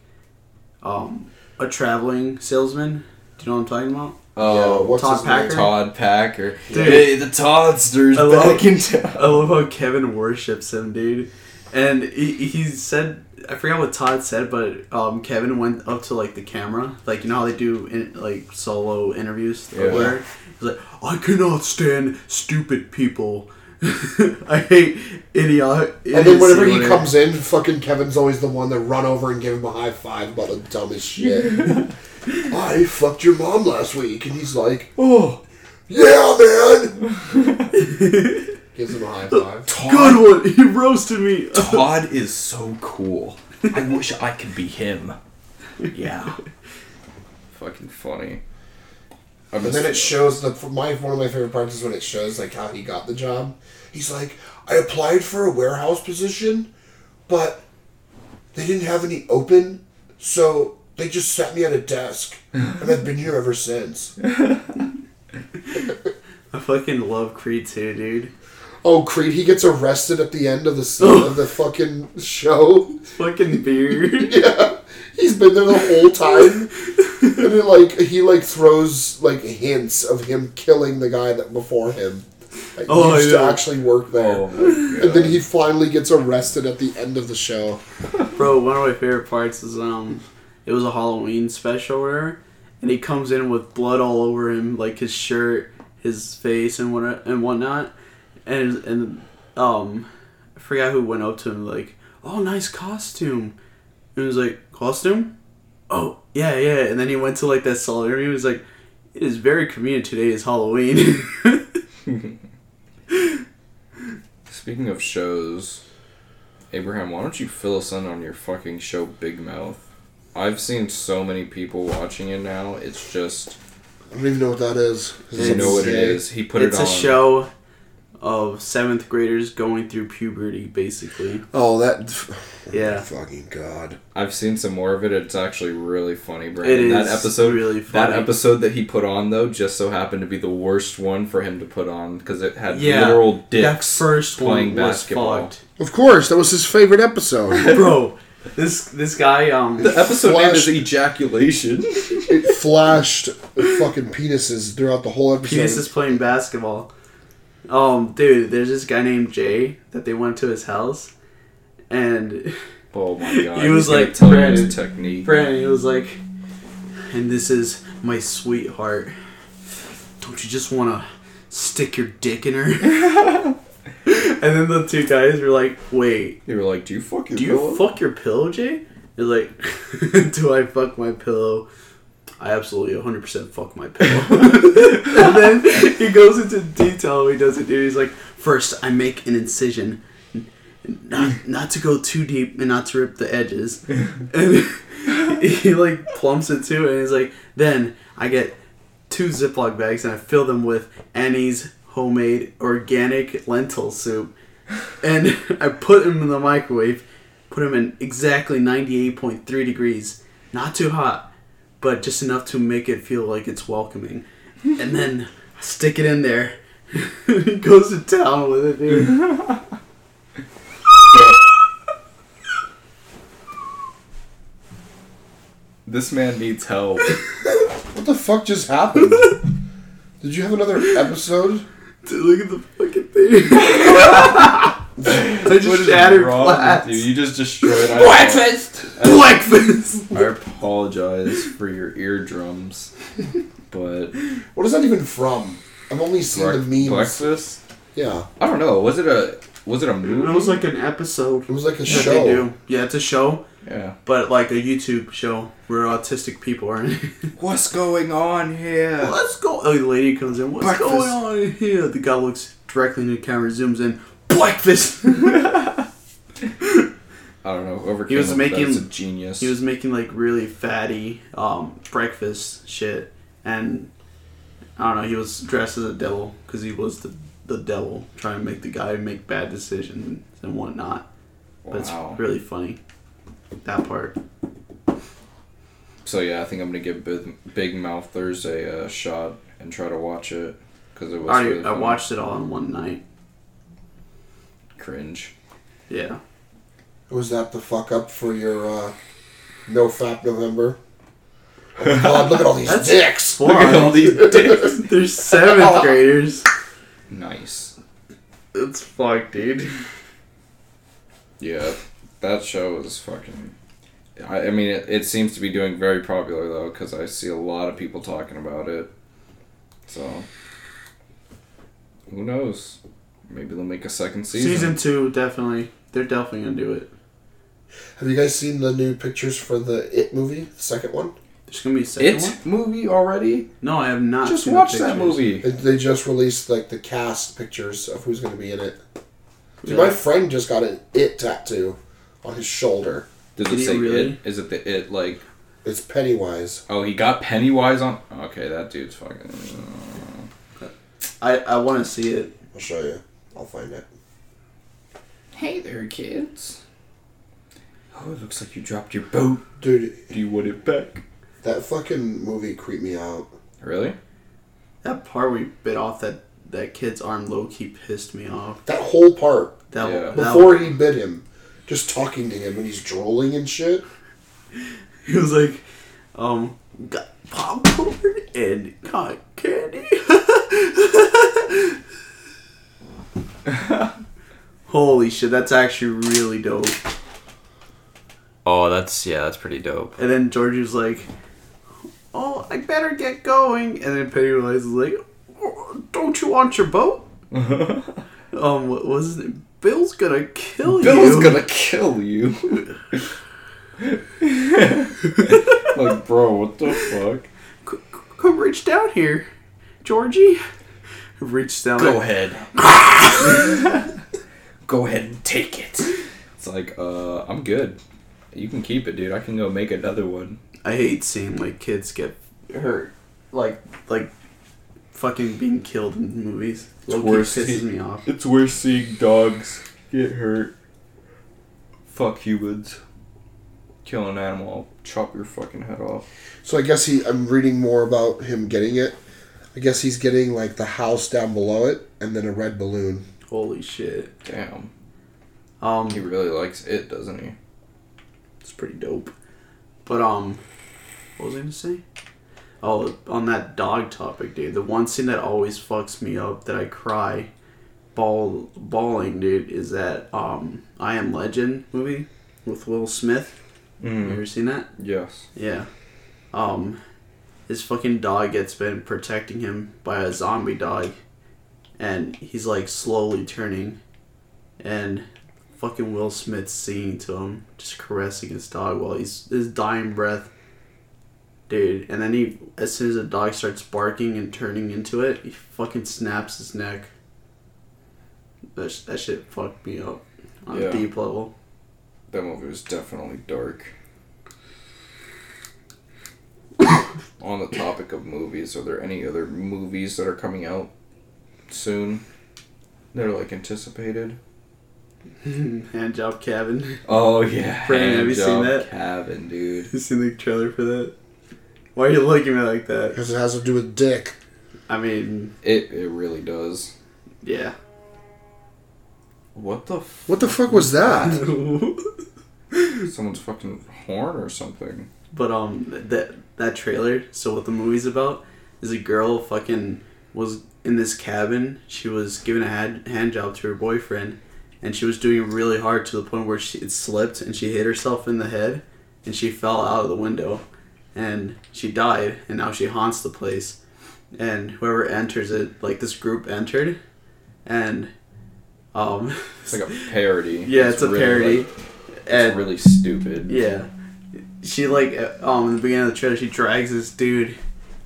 um, a traveling salesman. Do you know what I'm talking about? oh, what's Todd his Packer? name? Todd Packer. Dude. Hey, the Toddsters I love- back in town. I love how Kevin worships him, dude. And he, he said, I forgot what Todd said, but um, Kevin went up to like the camera, like you know how they do in, like solo interviews. Yeah. Or whatever? He's like, I cannot stand stupid people. I hate idiotic. And then whenever he comes in, fucking Kevin's always the one that run over and give him a high five about the dumbest shit. I fucked your mom last week, and he's like, oh, "Yeah, man." Gives him a high five. Todd, good one. He roasted me. Todd is so cool. I wish I could be him. Yeah. Fucking funny. I And miss then it shows the my one of my favorite parts is when it shows like how he got the job. He's like, I applied for a warehouse position, but they didn't have any open, so they just sat me at a desk, and I've been here ever since. I fucking love Creed too, dude. Oh, Creed, he gets arrested at the end of the scene of the fucking show. Fucking beard. Yeah, he's been there the whole time, and it, like he like throws like hints of him killing the guy that before him. Like, Oh, he used to yeah. actually work there. Oh my And then God. he finally gets arrested at the end of the show. Bro, one of my favorite parts is um, it was a Halloween special, or whatever, and he comes in with blood all over him, like his shirt, his face, and what and whatnot, and and um, I forgot who went up to him like, oh, nice costume, and he was like, costume, oh yeah yeah, and then he went to like that salon and he was like, it is very convenient today is Halloween. Speaking of shows, Abraham, why don't you fill us in on your fucking show Big Mouth? I've seen so many people watching it now. It's just I don't even know what that is. Is you it know what it gay? is. He put it's it on. a show of seventh graders going through puberty, basically. Oh, that. Yeah. Fucking god. I've seen some more of it. It's actually really funny, Brandon. It that is episode, really that funny. episode that he put on though, just so happened to be the worst one for him to put on because it had Yeah. literal dicks that first playing one basketball. was Of course, that was his favorite episode. fucked, bro. This this guy um The episode name is Flash- ejaculation. it flashed fucking penises throughout the whole episode. penis is playing basketball. Um, dude, there's this guy named Jay that they went to his house, and oh my god! He was He's gonna like, tell you Brandon- his technique. Brandon he was like, "And this is my sweetheart. Don't you just want to stick your dick in her?" and then the two guys were like, "Wait, You were like, "Do you fuck your do pillow?" you fuck your pillow, Jay? He's like, do I fuck my pillow? I absolutely 100% fuck my pillow. and then he goes into detail when he does it, dude. He's like, first, I make an incision. Not, not to go too deep and not to rip the edges. And he, like, plumps it too, and he's like, then I get two Ziploc bags and I fill them with Annie's homemade organic lentil soup and I put him in the microwave, put him in exactly 98.3 degrees. Not too hot, but just enough to make it feel like it's welcoming. And then I stick it in there. he goes to town with it, dude. This man needs help. What the fuck just happened? Did you have another episode? Dude, look at the fucking thing. I What just is shattered wrong glass. with you? You just destroyed. I, Breakfast. I apologize for your eardrums, but What is that even from? I've only seen Black- the memes. breakfast. Yeah, I don't know. Was it a was it a It movie? was like an episode it was like a that show. they do. Yeah, it's a show, yeah. but like a YouTube show where autistic people are in. What's going on here? Let's go. A lady comes in. What's Breakfast. going on in here? The guy looks directly into the camera, zooms in. Breakfast. I don't know. Whoever He was came up with that making- is a genius. he was making like really fatty um, breakfast shit, and I don't know. He was dressed as a devil because he was the the devil trying to make the guy make bad decisions and whatnot. But Wow. it's really funny. That part. so yeah, I think I'm gonna give Big, Big Mouth Thursday a shot and try to watch it because it was. I already really I fun. watched it all in one night. cringe. Yeah. Was that the fuck up for your uh, No Fap November? Oh my god, look at all these That's- dicks! Look at all these dicks. They're seventh graders. nice. It's fucked, dude. Yeah, that show is fucking. I, I mean, it, it seems to be doing very popular though, because I see a lot of people talking about it. So, who knows? Maybe they'll make a second season. Season two, definitely. They're definitely gonna do it. Have you guys seen the new pictures for the It movie, the second one? There's gonna be a second It one. movie already? No, I have not. Just seen the watch that pictures. movie. It, they just released like the cast pictures of who's going to be in it. Dude, Really? my friend just got an It tattoo on his shoulder. Does Did it he say really? it? Is it the it like? It's Pennywise. Oh, he got Pennywise on. Okay, that dude's fucking. I I want to see it. I'll show you. I'll find it. Hey there, kids. Oh, it looks like you dropped your boat. Dude, Do you want it back? that fucking movie creeped me out. Really? That part we bit off that that kid's arm low key pissed me off. That whole part That Yeah. that- before he bit him, just talking to him and he's drooling and shit. he was like, um, got popcorn and cotton candy. Holy shit, that's actually really dope. Oh, that's yeah, that's pretty dope. And then George was like, "Oh, I better get going." And then Pennywise was like, "Oh, "Don't you want your boat?" Um, what was his name? Bill's gonna kill Bill's you. gonna kill you. like, bro, what the fuck? C- c- come reach down here, Georgie. Reach down. Go ahead. go ahead and take it. It's like, uh, I'm good. You can keep it, dude. I can go make another one. I hate seeing like kids get hurt, like like fucking being killed in movies. Low key worse. pisses me off. It's worse seeing dogs get hurt. Fuck humans. Kill an animal, I'll chop your fucking head off. So I guess he. I'm reading more about him getting it. I guess he's getting like the house down below it, and then a red balloon. Holy shit. Damn. Um, He really likes it, doesn't he? It's pretty dope. But um, what was I gonna say? Oh, on that dog topic, dude. The one scene that always fucks me up that I cry, ball bawling, dude, is that um I Am Legend movie with Will Smith. You Mm-hmm. ever seen that? Yes. Yeah. Um, his fucking dog gets been protecting him by a zombie dog, and he's like slowly turning, and fucking Will Smith singing to him, just caressing his dog while he's his dying breath. Dude, and then he, as soon as the dog starts barking and turning into it, he fucking snaps his neck. That, sh- that shit fucked me up on Yeah. a deep level. That movie was definitely dark. On the topic of movies, are there any other movies that are coming out soon that are like anticipated? Hand job, Kevin. Oh yeah, Brandon, have you seen Handjob that? Cabin, dude. You seen the trailer for that? Why are you looking at me like that? Because it has to do with dick. I mean, It it really does. yeah. What the? F- What the fuck was that? but Someone's fucking horn or something. um, that that trailer. So what the movie's about is a girl fucking was in this cabin. She was giving a hand, hand job to her boyfriend, and she was doing it really hard to the point where she it slipped and she hit herself in the head, and she fell out of the window, and she died. And now she haunts the place, and whoever enters it, like this group entered, and um, It's like a parody. yeah, it's a really, parody. like- and it's really stupid. Yeah. She like uh, um in the beginning of the trailer she drags this dude,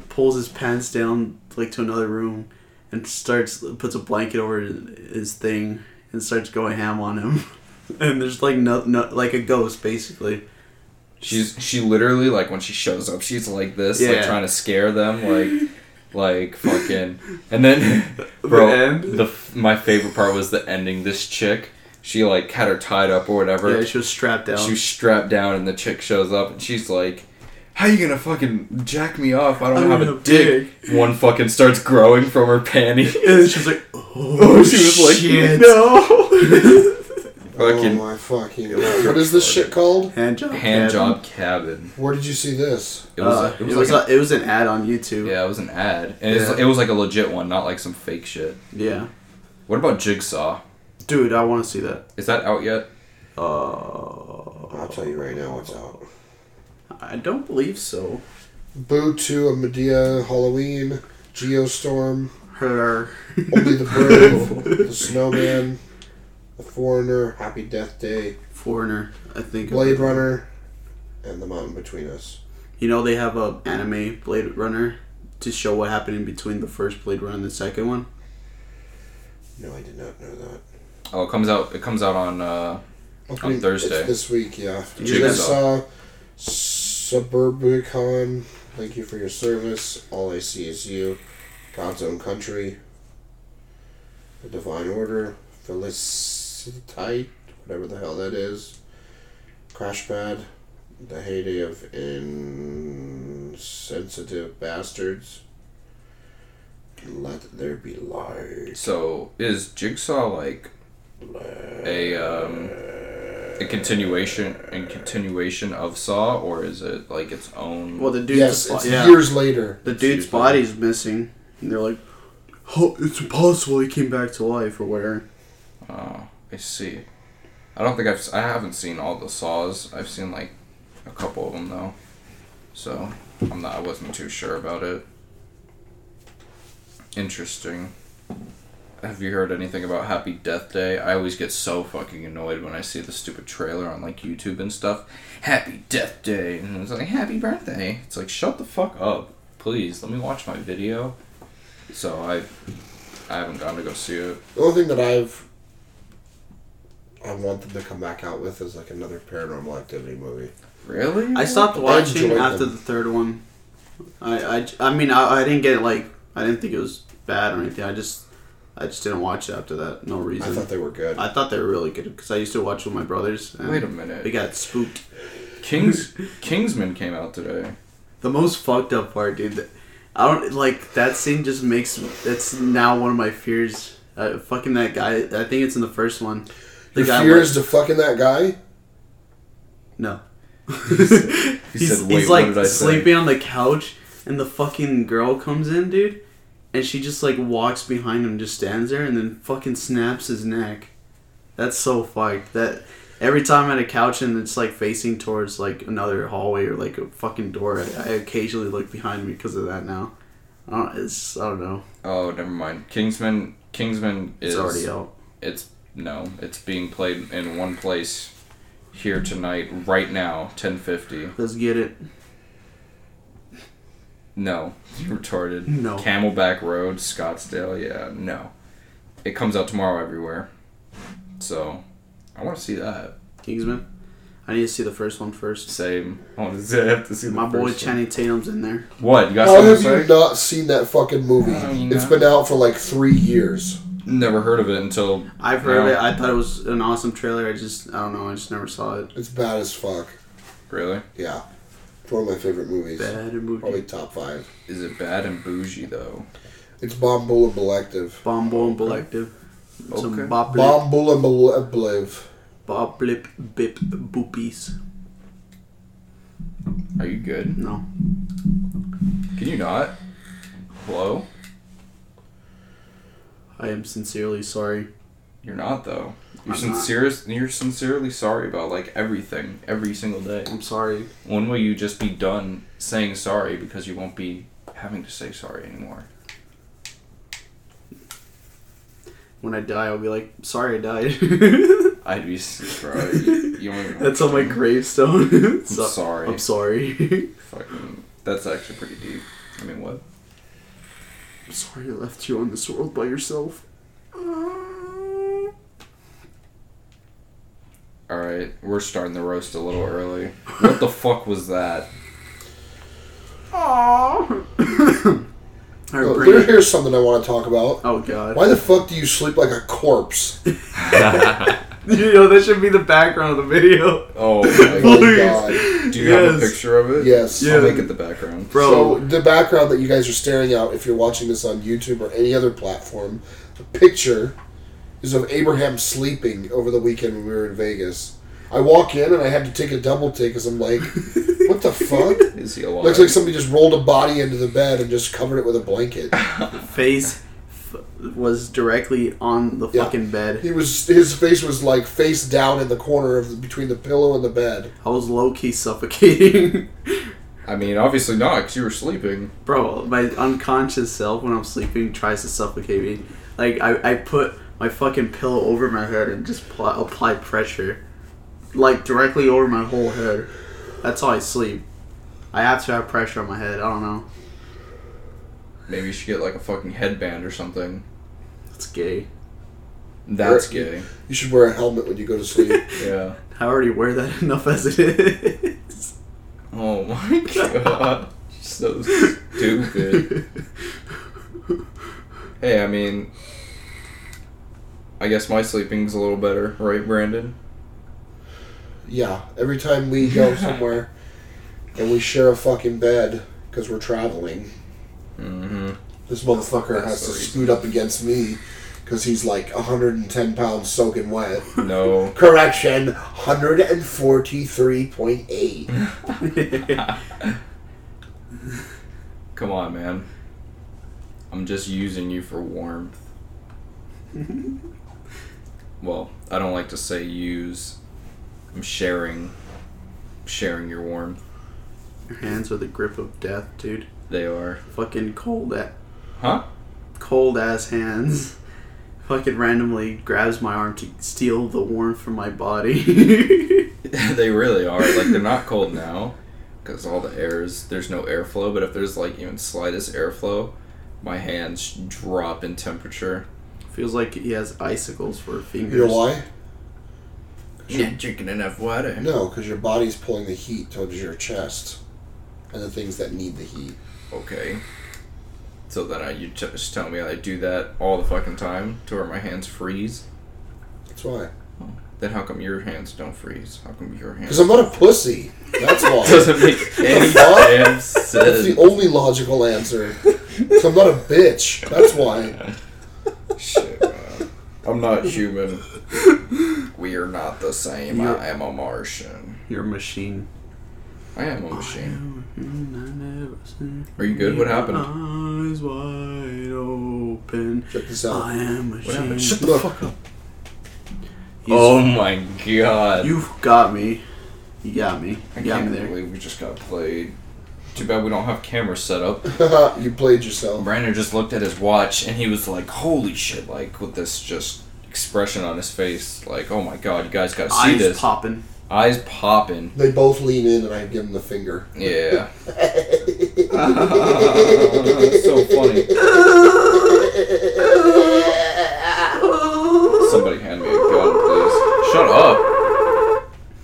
pulls his pants down like to another room, and starts puts a blanket over his thing and starts going ham on him. and there's like no, no like a ghost basically. She's she literally like when she shows up, she's like this, like Yeah. trying to scare them, like like fucking. And then, bro, the, end? f- my favorite part was the ending. This chick, she like had her tied up or whatever. Yeah, she, she was strapped down. was strapped down, and the chick shows up, and she's like. How you gonna fucking jack me off? I don't I don't have a have a dick. One fucking starts growing from her panty. and then she was like, oh, Oh, she was like, shit. no. oh fucking my fucking! What is this shit called? hand job. hand Kevin. job cabin. Where did you see this? It was, Uh, it was, like a- it was an ad on YouTube. a, yeah, it was an ad, and it, was, Yeah. it was like a legit one, not like some fake shit. yeah. What about Jigsaw? Dude, I want to see that. Is that out yet? Uh, I'll tell you right now what's out. I don't believe so. Boo to a Medea Halloween, Geostorm, her. Only the Bird, The Snowman, The Foreigner, Happy Death Day, Foreigner, I think. Blade Runner, and The Mountain Between Us. You know they have a anime Blade Runner to show what happened in between the first Blade Runner and the second one. No, I did not know that. Oh, it comes out. It comes out on. Uh, Okay, Thursday. It's this week, yeah. You You guys- guys saw Suburbicon. Thank you for your service. All I see is you. God's own country. The Divine Order. Felicitite, whatever the hell that is. Crash Pad. The heyday of insensitive bastards. Let there be light. so is Jigsaw like a um, a continuation and continuation of Saw, or is it like its own? Well, the dude's Yes, bo- it's yeah, years later. the dude's body's missing, and they're like, "Oh, it's impossible he came back to life or whatever." Oh, I see. I don't think I've s- I haven't seen all the saws. I've seen like a couple of them though, so I'm not. I wasn't too sure about it. Interesting. Have you heard anything about Happy Death Day? I always get so fucking annoyed when I see the stupid trailer on like YouTube and stuff. Happy Death Day, and it's like Happy Birthday. It's like shut the fuck up, please. Let me watch my video. So I, I haven't gone to go see it. The only thing that I've I want them to come back out with is like another paranormal activity movie. Really? I stopped watching enjoyed after them. the third one. I, I, I mean, I, I didn't get like I didn't think it was bad or anything. I just I just didn't watch it after that. No I reason. thought they were good. I thought they were really good because I used to watch with my brothers. And Wait a minute. We got spooked. Kings Kingsman came out today. The most fucked up part, dude. that- I don't like that scene. Just makes that's now one of my fears. Uh, fucking that guy. I think it's in the first one. The Your guy fear like- is to fucking that guy. No. he's "Wait, he's what like did I say?" sleeping on the couch, and the fucking girl comes in, dude, and she just like walks behind him, just stands there, and then fucking snaps his neck. That's so fucked. That every time I'm at a couch and it's like facing towards like another hallway or like a fucking door, I, I occasionally look behind me because of that now. I don't, it's I don't know. Oh, never mind. Kingsman Kingsman It's is already out. It's no, it's being played in one place here tonight, right now, ten fifty. Let's get it. No, you retarded. No. Camelback Road, Scottsdale. Yeah, no. It comes out tomorrow everywhere. So, I want to see that. Kingsman. I need to see the first one first. Same. I want to have to see the My boy Oh, first one. Channing Tatum's in there. What you got? How Something have to you say? not seen that fucking movie? I mean, It's uh, been out for like three years. Never heard of it until I've heard now. it. I thought it was an awesome trailer. I just, I don't know. I just never saw it. It's bad as fuck. Really? Yeah, it's one of my favorite movies. Bad movie. Probably top five. Is it bad and bougie though? It's Bombulabliv. Bombo and Collective. Some Okay. bop lip, Bombulabliv. bop lip, bip, boopies. Are you good? No. Can you not? Hello? I am sincerely sorry. You're not though. You're I'm not. sincere. You're sincerely sorry about like everything, every single day. I'm sorry. When will you just be done saying sorry because you won't be having to say sorry anymore? When I die, I'll be like, sorry I died. I'd be surprised. you don't even That's on my gravestone. So- sorry. I'm sorry. Fucking. That's actually pretty deep. I mean, what? I'm sorry I left you on this world by yourself. All right, we're starting the roast a little early. What the fuck was that? All right, Oh, bring there- it. here's something I want to talk about. Oh, God. Why the fuck do you sleep like a corpse? You know, that should be the background of the video. Oh Oh my my god! Please. God. Do you have a Yes. picture of it? Yes. I'll Yeah. make it the background. Bro. So the background that you guys are staring at, if you're watching this on YouTube or any other platform, the picture is of Abraham sleeping over the weekend when we were in Vegas. I walk in and I had to take a double take because I'm like, what the fuck? Is he alive? Looks like somebody just rolled a body into the bed and just covered it with a blanket. face f- was directly on the Yeah. fucking bed. He was his face was like face down in the corner of the, between the pillow and the bed. I was low key suffocating. I mean, obviously not, because you were sleeping. Bro, my unconscious self when I'm sleeping tries to suffocate me. Like I, I put my fucking pillow over my head and just pl- apply pressure, like directly over my whole head. That's how I sleep. I have to have pressure on my head. I don't know. Maybe you should get like a fucking headband or something. It's gay. That's Or- gay. You should wear a helmet when you go to sleep. Yeah. I already wear that enough as it is. Oh my god. so stupid. Hey, I mean, I guess my sleeping's a little better, right, Brandon? yeah, every time we go somewhere and we share a fucking bed because we're traveling, Mm-hmm. this motherfucker That's has to the reason. scoot up against me because he's like 110 pounds soaking wet. No. Correction, 143.8. Come on, man. I'm just using you for warmth. Well, I don't like to say use. I'm sharing. Sharing your warmth. Your hands are the grip of death, dude. They are. Fucking cold at Huh? cold ass Mm. hands fucking randomly grabs my arm to steal the warmth from my body. they really are. Like, they're not cold now. Because all the air is. There's no airflow, but if there's, like, even slightest airflow, my hands drop in temperature. Feels like he has icicles for fingers. You know why? You're not drinking enough water. No, because your body's pulling the heat towards your chest and the things that need the heat. Okay. So then I, you t- just tell me I do that all the fucking time to where my hands freeze. That's why. Then how come your hands don't freeze? How come your hands? Because I'm not a pussy. That's why. doesn't make any fuck? damn That's the sense. only logical answer. 'Cause I'm not a bitch. That's why. Shit, man. I'm not human. We are not the same. I am a Martian. Your machine. I am a machine. Are Are you good? What happened? Eyes wide open. Check this I out. am a What happened? machine. Shut Look, He's- Oh my god! You got me. You got me. I You got can't me there. believe we just got played. Too bad we don't have cameras set up. you played yourself. Brandon just looked at his watch and he was like, "Holy shit!" Like with this just expression on his face, like, "Oh my god, you guys gotta see Eyes this." popping. Eyes popping. They both lean in and I give them the finger. Yeah. That's so funny. Somebody hand me a gun, please. Shut up.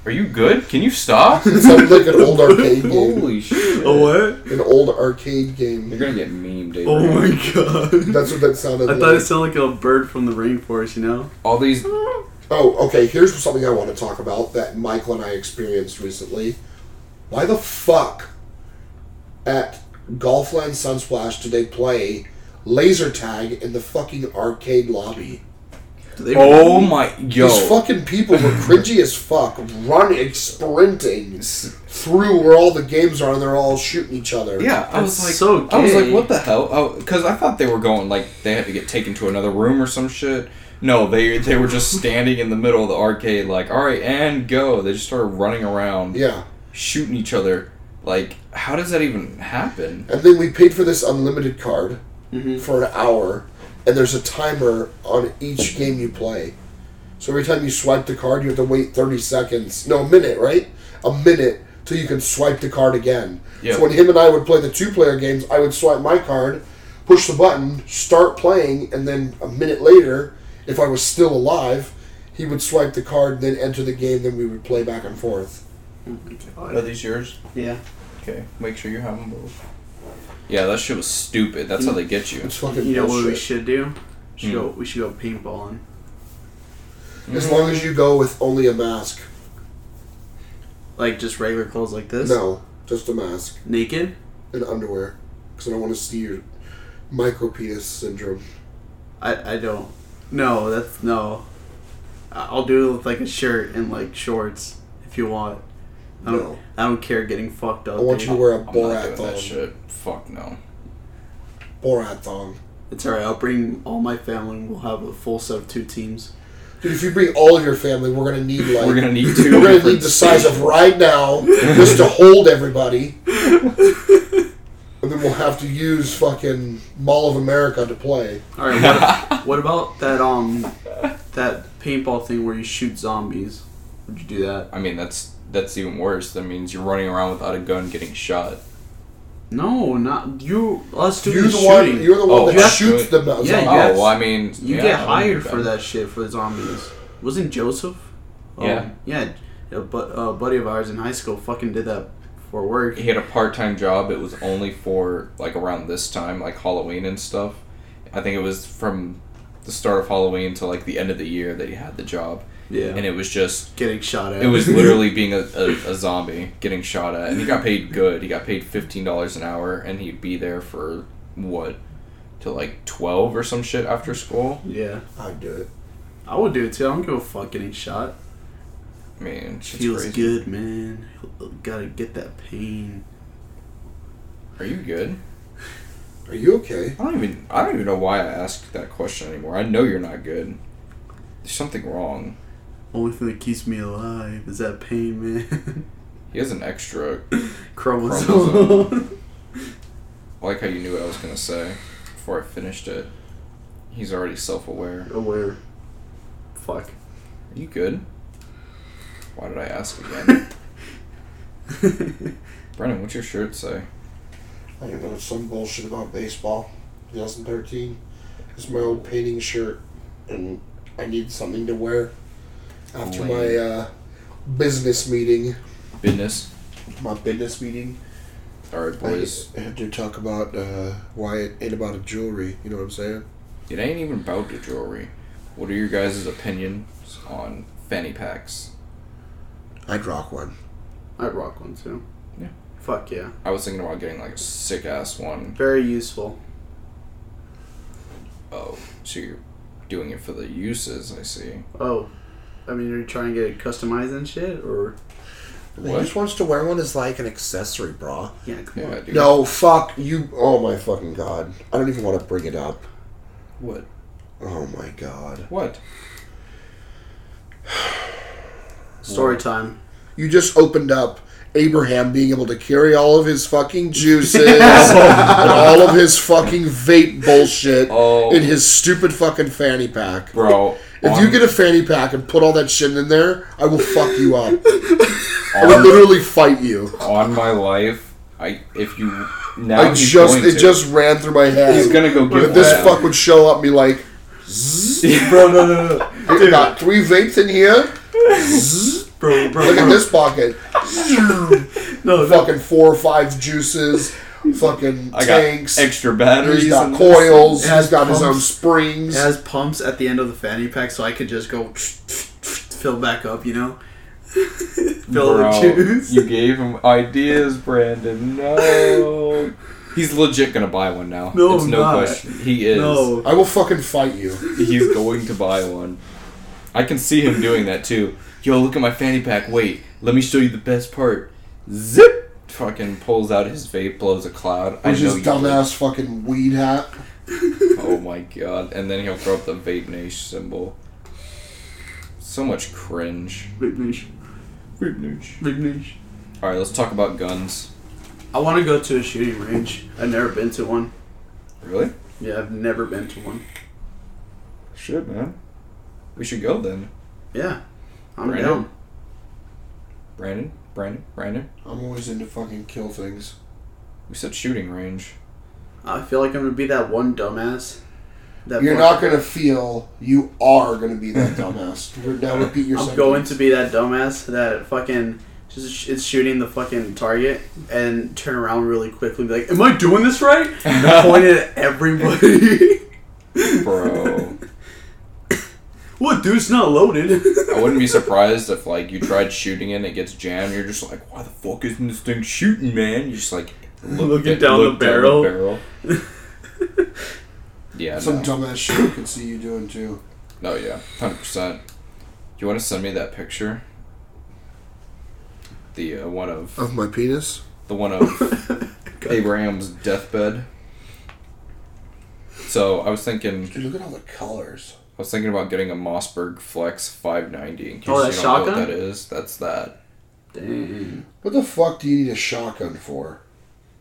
Are you good? Can you stop? It sounds like an old arcade game. Holy shit! Oh, what? An old arcade game. You're gonna get memed, David. Oh my god. That's what that sounded I like. thought it sounded like a bird from the rainforest, you know? All these. Oh, okay. Here's something I want to talk about that Michael and I experienced recently. Why the fuck at Golfland Sunsplash do they play laser tag in the fucking arcade lobby? Do they Oh my yo. These fucking people were cringy as fuck, running, sprinting S- through where all the games are, and they're all shooting each other. Yeah, That's I was like, so I was gay. like, what the hell? Because I thought they were going like they had to get taken to another room or some shit. No, they they were just standing in the middle of the arcade, like, all right, and go. They just started running around, Yeah. shooting each other. Like, how does that even happen? And then we paid for this unlimited card Mhm. for an hour, and there's a timer on each game you play. So every time you swipe the card, you have to wait 30 seconds. No, a minute, right? A minute till you can swipe the card again. Yeah. So when him and I would play the two player games, I would swipe my card, push the button, start playing, and then a minute later, if I was still alive, he would swipe the card, then enter the game, then we would play back and forth. Oh my god. these yours? Yeah. Okay, make sure you have them both. Yeah, that shit was stupid. That's how they get you. It's fucking You know what we bullshit. should do? We should Hmm. go, we should go paintballing. As long Mm-hmm. as you go with only a mask. Like just regular clothes like this? No, just a mask Naked? and underwear. Because I don't want to see your micro penis syndrome. I, I don't. No, that's no. I- I'll do it with like a shirt and like shorts if you want. I don't, No. I don't care getting fucked up. I want dude. you to wear a I'm not doing Borat that thong. shit. Fuck no. Borat thong. It's alright. I'll bring all my family and we'll have a full set of two teams. Dude, if you bring all of your family, we're gonna need like We're gonna need two. we're gonna different need the size of stations. right now just to hold everybody. And then we'll have to use fucking Mall of America to play. All right. What, what about that um that paintball thing where you shoot zombies? Would you do that? I mean, that's that's even worse. That means you're running around without a gun, getting shot. No, not you. Us do You're the the one. shooting. You're the one Oh, you that have shoots to- them. Now, Yeah, Oh, you have- well, I mean, You yeah, get I hired mean, for that shit for the zombies. Wasn't Joseph? Oh, Yeah. Yeah. A, bu- a buddy of ours in high school fucking did that for work. He had a part-time job. It was only for like around this time, like Halloween and stuff. I think it was from the start of Halloween to like the end of the year that he had the job, Yeah. and it was just Getting shot at. it was literally being a, a, a zombie getting shot at, and he got paid good. He got paid fifteen dollars an hour, and he'd be there for what till like twelve or some shit after school. Yeah. I'd do it. I would do it too. I don't give a fuck getting shot. I mean, shit's Feels crazy. good, man. Gotta get that pain. Are you good? Are you okay? I don't even I don't even know why I asked that question anymore. I know you're not good. There's something wrong. Only thing that keeps me alive is that pain, man. He has an extra. Chromosome. I like how you knew what I was gonna say before I finished it. He's already self-aware. Aware. Fuck. Are you good? Why did I ask again? Brennan, what's your shirt say? I don't know some bullshit about baseball. 2013. It's my old painting shirt, and I need something to wear after Lame. my uh, business meeting. Business. My business meeting. All right, boys. I had to talk about uh, why it ain't about a jewelry. You know what I'm saying? It ain't even about the jewelry. What are your guys' opinions on fanny packs? I'd rock one. I'd rock one too. Yeah. Fuck yeah. I was thinking about getting like a sick ass one. Very useful. Oh, so you're doing it for the uses? I see. Oh. I mean, are you trying to get it customized and shit? Or. What? He just wants to wear one as like an accessory bra. Yeah, come Yeah, on. dude. No, fuck you. Oh my fucking god. I don't even want to bring it up. What? Oh my god. What? Story time. You just opened up Abraham being able to carry all of his fucking juices and all of his fucking vape bullshit Oh. in his stupid fucking fanny pack. Bro. If on- you get a fanny pack and put all that shit in there, I will fuck you up. I will on, literally fight you. on my life, I if you now I he's just going it to. just ran through my head. he's gonna go get But this one. fuck would show up and be like, bro. No, no, no, no. I got three vapes in here. Bro, bro, Look at this pocket. No, no. fucking four or five juices. Fucking I got tanks. extra batteries. He's got in this. coils. It has He's got his own pumps. It springs. has pumps at the end of the fanny pack so I could just go fill back up, you know? fill Bro, the juice. you gave him ideas, Brandon. No. He's legit gonna buy one now. No, it's I'm no not. question. He is. no. I will fucking fight you. He's going to buy one. I can see him doing that too. Yo, look at my fanny pack. Wait, let me show you the best part. Zip! Fucking pulls out his vape, blows a cloud. I With his know you would. dumbass fucking weed hat. Oh my god. And then he'll throw up the vape niche symbol. So much cringe. Big niche. Vape niche. Big niche. Alright, let's talk about guns. I want to go to a shooting range. I've never been to one. Really? Yeah, I've never been to one. Shit, man. We should go then. Yeah, I'm Brandon? down. Brandon? Brandon? Brandon? I'm always into fucking kill things. We said shooting range. I feel like I'm gonna be that one dumbass. That You're fuck- not gonna feel. You are gonna be that dumbass. You're now repeat your I'm sentence. going to be that dumbass that fucking just sh- is shooting the fucking target and turn around really quickly, and be like, "Am I doing this right?" And point it at everybody. Bro. what, dude? It's not loaded. I wouldn't be surprised if like you tried shooting it and it gets jammed, you're just like, Why the fuck isn't this thing shooting, man? You're just like Looking down the barrel. barrel. yeah. Some no. dumbass shit I could see you doing too. Oh yeah, hundred percent. You want to send me that picture? The uh, one of Of my penis? the one of Abraham's deathbed. So I was thinking, Dude, look at all the colors. I was thinking about getting a Mossberg Flex 590 in case Oh, that you don't know what shotgun? that is. That's that, Dang. What the fuck do you need a shotgun for?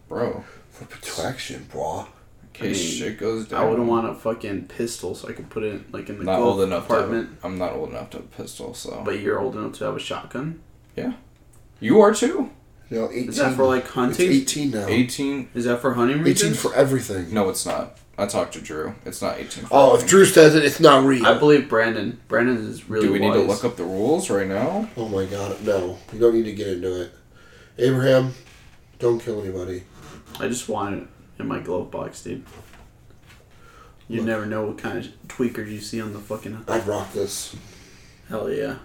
bro. For protection, bro. In case mean, shit goes down. I would want a fucking pistol so I could put it like in the Not glove old enough compartment. to. Have, I'm not old enough to have a pistol, so. But you're old enough to have a shotgun. you are too. You know, 18. Is that for like it's hunting? 18 now. 18. Is that for hunting 18 reasons? for everything. No, it's not. I talked to Drew. It's not 18. for Oh, if me. Drew says it, it's not real. I believe Brandon. Brandon is really. Do we need to wise. look up the rules right now? oh my god, no. You don't need to get into it. Abraham, don't kill anybody. I just want it in my glove box, dude. You Look. never know what kind of tweakers you see on the fucking. I'd rock this. Hell yeah.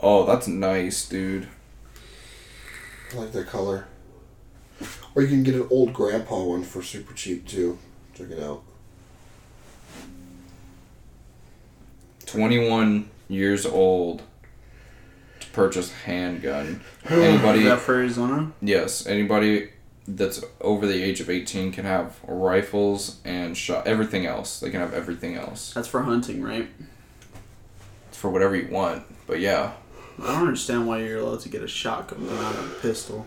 Oh, that's nice, dude. I like that color. Or you can get an old grandpa one for super cheap too. Check it out. 21 years old to purchase handgun. Is Anybody? that for Arizona? Yes, anybody that's over the age of 18 can have rifles and shot everything else. They can have everything else. That's for hunting, right? It's for whatever you want. But yeah, I don't understand why you're allowed to get a shotgun but not a pistol.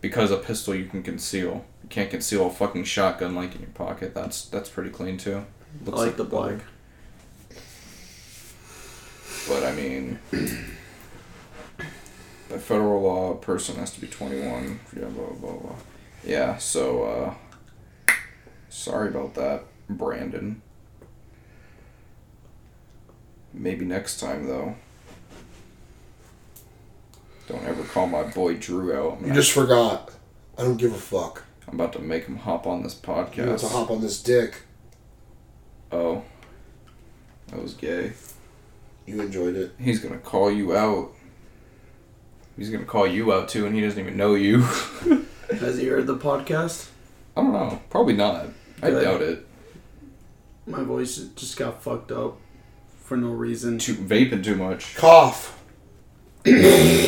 because a pistol you can conceal. You can't conceal a fucking shotgun like in your pocket. That's that's pretty clean too. I like the black. leather. But I mean, by federal law, a person has to be 21. Yeah, blah, blah, blah, blah. Yeah, so, uh, sorry about that, Brandon. Maybe next time, though. Don't ever call my boy Drew out. I'm, You just forgot. I don't give a fuck. I'm about to make him hop on this You have podcast. to hop on this dick. oh. That was gay. You enjoyed it. He's gonna call you out. He's gonna call you out too, and he doesn't even know you. Has he heard the podcast? I don't know. Probably not. I Good. doubt it. My voice just got fucked up for no reason. Too vaping too much. Cough. there it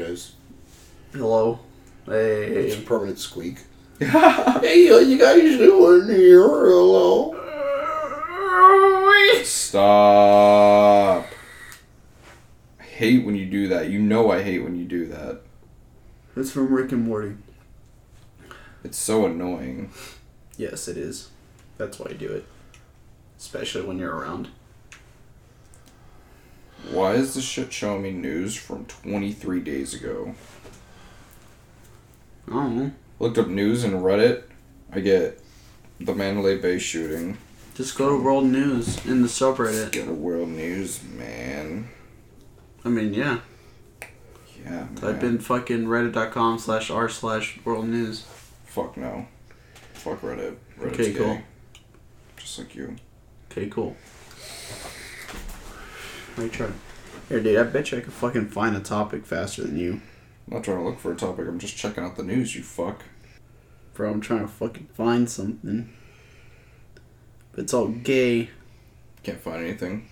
is. Hello. It's a Hey. permanent squeak. hey, how you guys doing here? Hello. Stop. I hate when you do that. You know I hate when you do that. It's from Rick and Morty. It's so annoying. Yes, it is. That's why I do it. Especially when you're around. Why is this shit showing me news from 23 days ago? I don't know. Looked up news and Reddit. I get the Mandalay Bay shooting. Just go to World News in the subreddit. Get a world news, man. I mean, yeah. Yeah, man. Type in fucking reddit.com slash r slash world news. Fuck no. Fuck Reddit. Reddit's Okay, gay. cool. Just like you. Okay, cool. Let me try. Here, dude, I bet you I could fucking find a topic faster than you. I'm not trying to look for a topic. I'm just checking out the news. You fuck. Bro, I'm trying to fucking find something. But it's all gay. Can't find anything.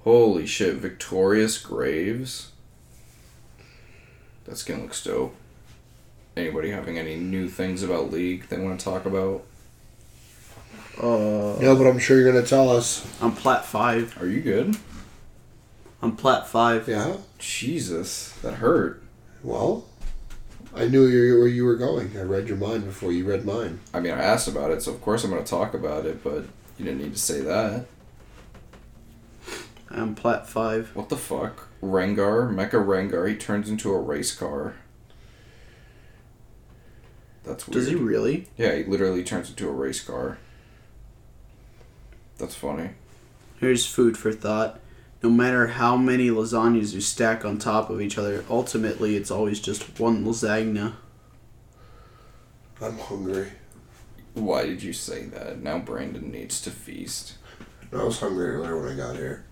Holy shit! Victorious Graves. That skin looks dope. Anybody having any new things about League they want to talk about? Uh, Yeah, but I'm sure you're gonna tell us. I'm plat 5. Are you good? I'm plat 5. Yeah. Jesus, that hurt. Well, I knew you- where you were going. I read your mind before you read mine. I mean, I asked about it, so of course I'm gonna talk about it. But you didn't need to say that. I'm plat 5. What the fuck? Rengar, Mecha Rengar, he turns into a race car. That's weird. Does he really? yeah, he literally turns into a race car. That's funny. Here's food for thought. No matter how many lasagnas you stack on top of each other, ultimately it's always just one lasagna. I'm hungry. Why did you say that? Now Brandon needs to feast. I was hungry earlier when I got here.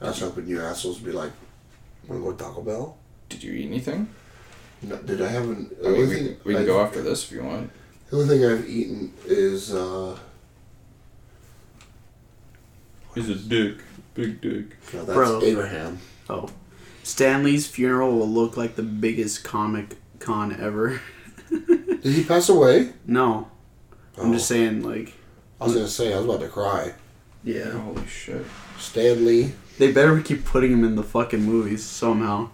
I was hoping you assholes would be like, "Want to go to Taco Bell?" Did you eat anything? No, did I have an? I mean, we, can- we can go after this if you want. The only thing I've eaten is uh, He's a dick. Big dick. no, that's Bro. Abraham. Oh. Stanley's funeral will look like the biggest comic con ever. Did he pass away? no. I'm Oh. just saying, like, I was gonna say I was about to cry. Yeah. Holy shit. Stan Lee. They better keep putting him in the fucking movies somehow.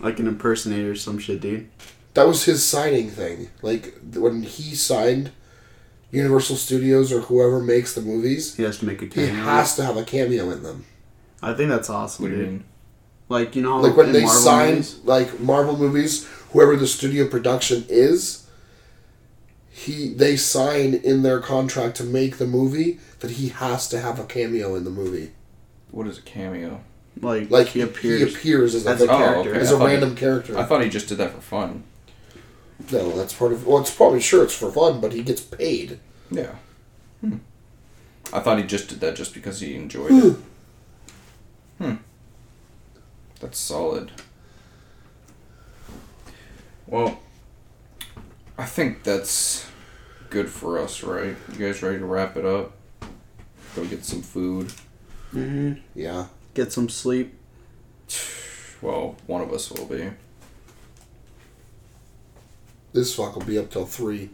Like an impersonator or some shit, dude. That was his signing thing. Like th- when he signed, Universal Studios or whoever makes the movies, He has to make a he cameo. has to have a cameo in them. I think that's awesome, What do you dude. mean? Like, you know, Like when in they Marvel sign movies, like Marvel movies, whoever the studio production is, he they sign in their contract to make the movie that he has to have a cameo in the movie. What is a cameo? like, Like he appears. as a, As a villain- character. Oh, okay. as I a thought- random character. I thought he just did that for fun. No, that's part of. Well, it's probably sure it's for fun, but he gets paid. Yeah. Hmm. I thought he just did that just because he enjoyed it. Hmm. That's solid. Well, I think that's good for us, right? You guys ready to wrap it up? Go get some food. hmm Yeah. Get some sleep. Well, one of us will be. This fuck will be up till three.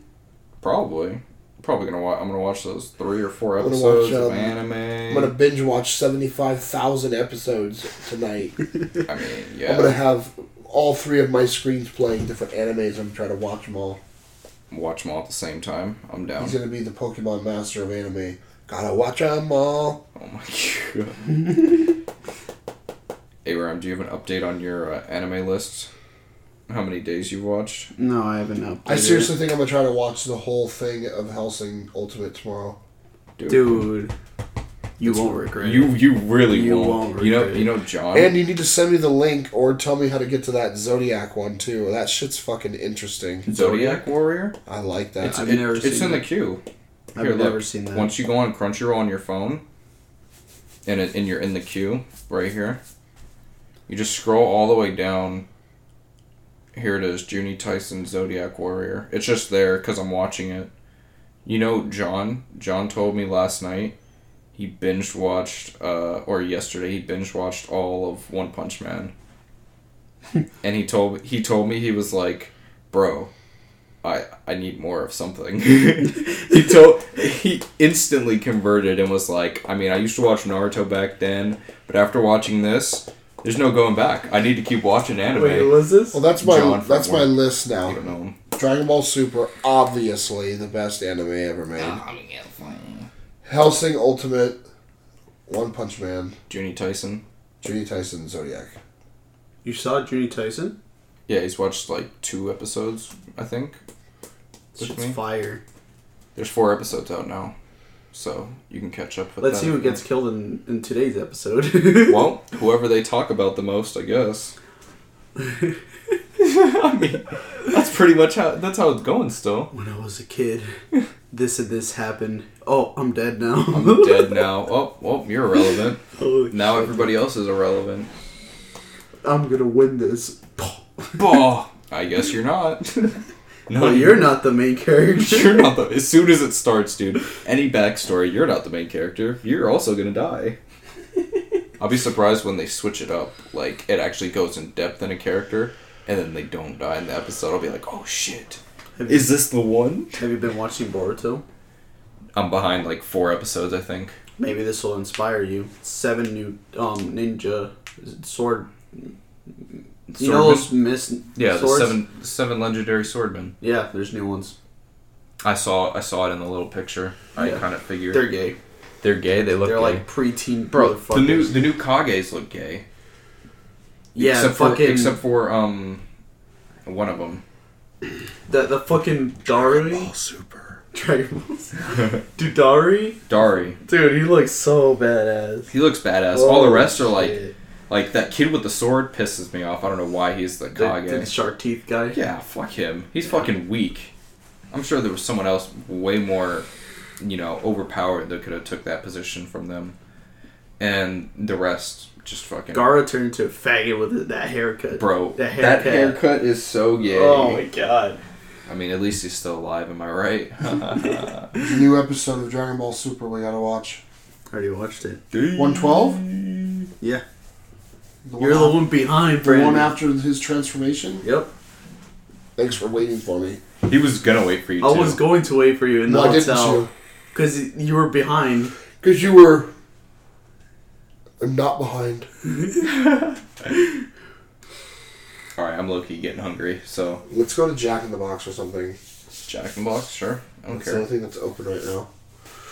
Probably. Probably gonna watch. I'm gonna watch those three or four I'm gonna episodes watch, of um, anime. I'm gonna binge watch seventy five thousand episodes tonight. I mean, I'm gonna yeah. have all three of my screens playing different animes. I'm trying to watch them all. Watch them all at the same time. I'm down. He's gonna be the Pokemon master of anime. Gotta watch them all. Oh my god. Abraham, do you have an update on your uh, anime list? How many days you've watched? No, I haven't updated. I seriously think I'm gonna try to watch the whole thing of Helsing Ultimate tomorrow. Dude, you won't regret You you really You won't. won't You know regret you know John. And you need to send me the link or tell me how to get to that Zodiac one too. That shit's fucking interesting. Zodiac Warrior. I like that. It's, I've it- never it's seen in the it. queue. I've Here, never look. seen that. Once you go on Crunchyroll on your phone, and it, and you're in the queue right here, you just scroll all the way down. Here it is, Junie Tyson Zodiac Warrior. It's just there because I'm watching it. You know, John. John told me last night he binge watched, uh, or yesterday he binge watched all of One Punch Man. and he told he told me he was like, bro, I I need more of something. he told he instantly converted and was like, I mean, I used to watch Naruto back then, but after watching this, there's no going back. I need to keep watching anime. Wait, what was this? Well, that's my John from that's my Warner. list I now. don't know. Dragon Ball Super, obviously the best anime ever made. Junie Helsing Ultimate, One Punch Man, Tyson. Judy Tyson, Zodiac. You saw Junie Tyson? Yeah, he's watched like two episodes, I think. With Shit's me. fire. There's four episodes out now, so you can catch up with. Let's that see who if you- gets killed in, in today's episode. Well, whoever they talk about the most, I guess. I mean, that's pretty much how that's how it's going. Still, when I was a kid, this and this happened. Oh, I'm dead now. I'm dead now. Oh, well, you're irrelevant. Holy Now shit. everybody else is irrelevant. I'm gonna win this. Bah. I guess you're not. No, Well, you're not the main character. You're not the. As soon as it starts, dude, any backstory, you're not the main character. You're also gonna die. I'll be surprised when they switch it up. Like it actually goes in depth in a character, and then they don't die in the episode. I'll be like, oh shit, Have you- is this the one? Have you been watching Boruto? I'm behind like four episodes, I think. Maybe this will inspire you. Seven new um ninja sword. You know those miss Yeah, the swords? seven seven legendary swordmen. Yeah, there's new ones. I saw I saw it in the little picture. I Yeah. kind of figured They're gay. They're gay. They look They're gay. like preteen bro. bro. The new the new Kages look gay. yeah, except fucking for except for um one of them. the the fucking Dari Oh, Super. Dragon Balls. Dude, Dari, Dari. dude, he looks so badass. He looks badass. All the Holy rest are like shit. like that kid with the sword pisses me off. I don't know why he's the the, Kage. the shark teeth guy. yeah, fuck him. He's fucking weak. I'm sure there was someone else way more, you know, overpowered that could have took that position from them. And the rest just fucking Gara turned into a faggot with that haircut. Bro, that haircut. that haircut is so gay. Oh my god. I mean, at least he's still alive, am I right? There's a new episode of Dragon Ball Super we gotta watch. Already watched it. 112? Yeah. The You're the one, one behind, the Brandon. one after his transformation? Yep. Thanks for waiting for me. He was gonna wait for you. I too. was going to wait for you in the No, I didn't. hotel. You. because you were behind. Because you were. I'm not behind. All right, I'm low key getting hungry, so Let's go to Jack in the Box or something. Jack and Box, sure. I don't That's the care. only thing that's open right now.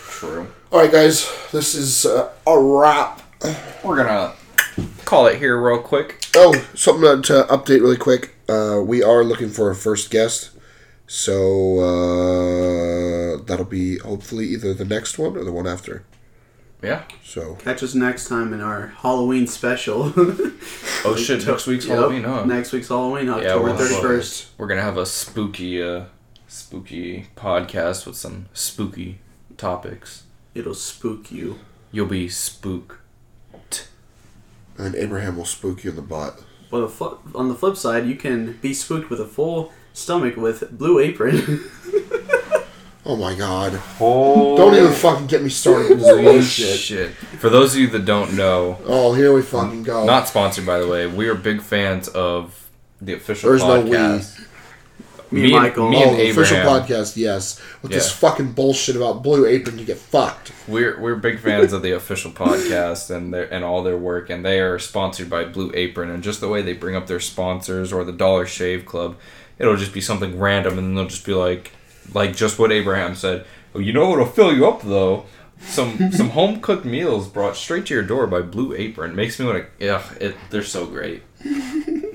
True. All right, guys. This is uh, a wrap. We're gonna call it here real quick. Oh, something to, to update really quick. Uh, we are looking for a first guest, so uh, that'll be hopefully either the next one or the one after. Yeah. So Catch us next time in our Halloween special. Oh shit! Next week's Yep, Halloween, huh? Next week's Halloween, October we'll have thirty one. first. We're gonna have a spooky, uh, spooky podcast with some spooky topics. It'll spook you. You'll be spooked. and Abraham will spook you in the butt. But the fl- on the flip side, you can be spooked with a full stomach with Blue Apron. Oh my god! Oh, Don't even fucking get me started with this bullshit. shit! For those of you that don't know, Oh, here we fucking go. not sponsored by the way, we are big fans of the official There's no podcast. Me and Michael. me oh, and the official Abraham. podcast, yes. With this Yeah. fucking bullshit about Blue Apron, you get fucked. We're we're big fans of the official podcast and their and all their work, and they are sponsored by Blue Apron, and just the way they bring up their sponsors or the Dollar Shave Club, it'll just be something random, and they'll just be like, like just what Abraham said. Oh, you know what'll fill you up though. Some some home cooked meals brought straight to your door by Blue Apron makes me want to. Ugh, it, they're so great.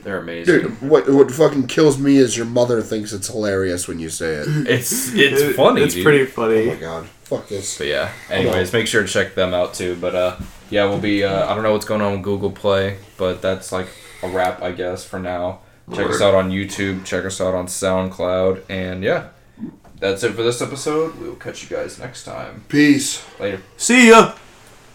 They're amazing. Dude, what what fucking kills me is your mother thinks it's hilarious when you say it. it's it's It- funny. It's dude. pretty Oh funny. my god. Fuck this. But yeah, anyways, make sure to check them out too. But uh, yeah, we'll be. Uh, I don't know what's going on with Google Play, but that's like a wrap, I guess, for now. Check us out on YouTube. Check us out on SoundCloud, and yeah, that's it for this episode. We will catch you guys next time. Peace. Later. See ya.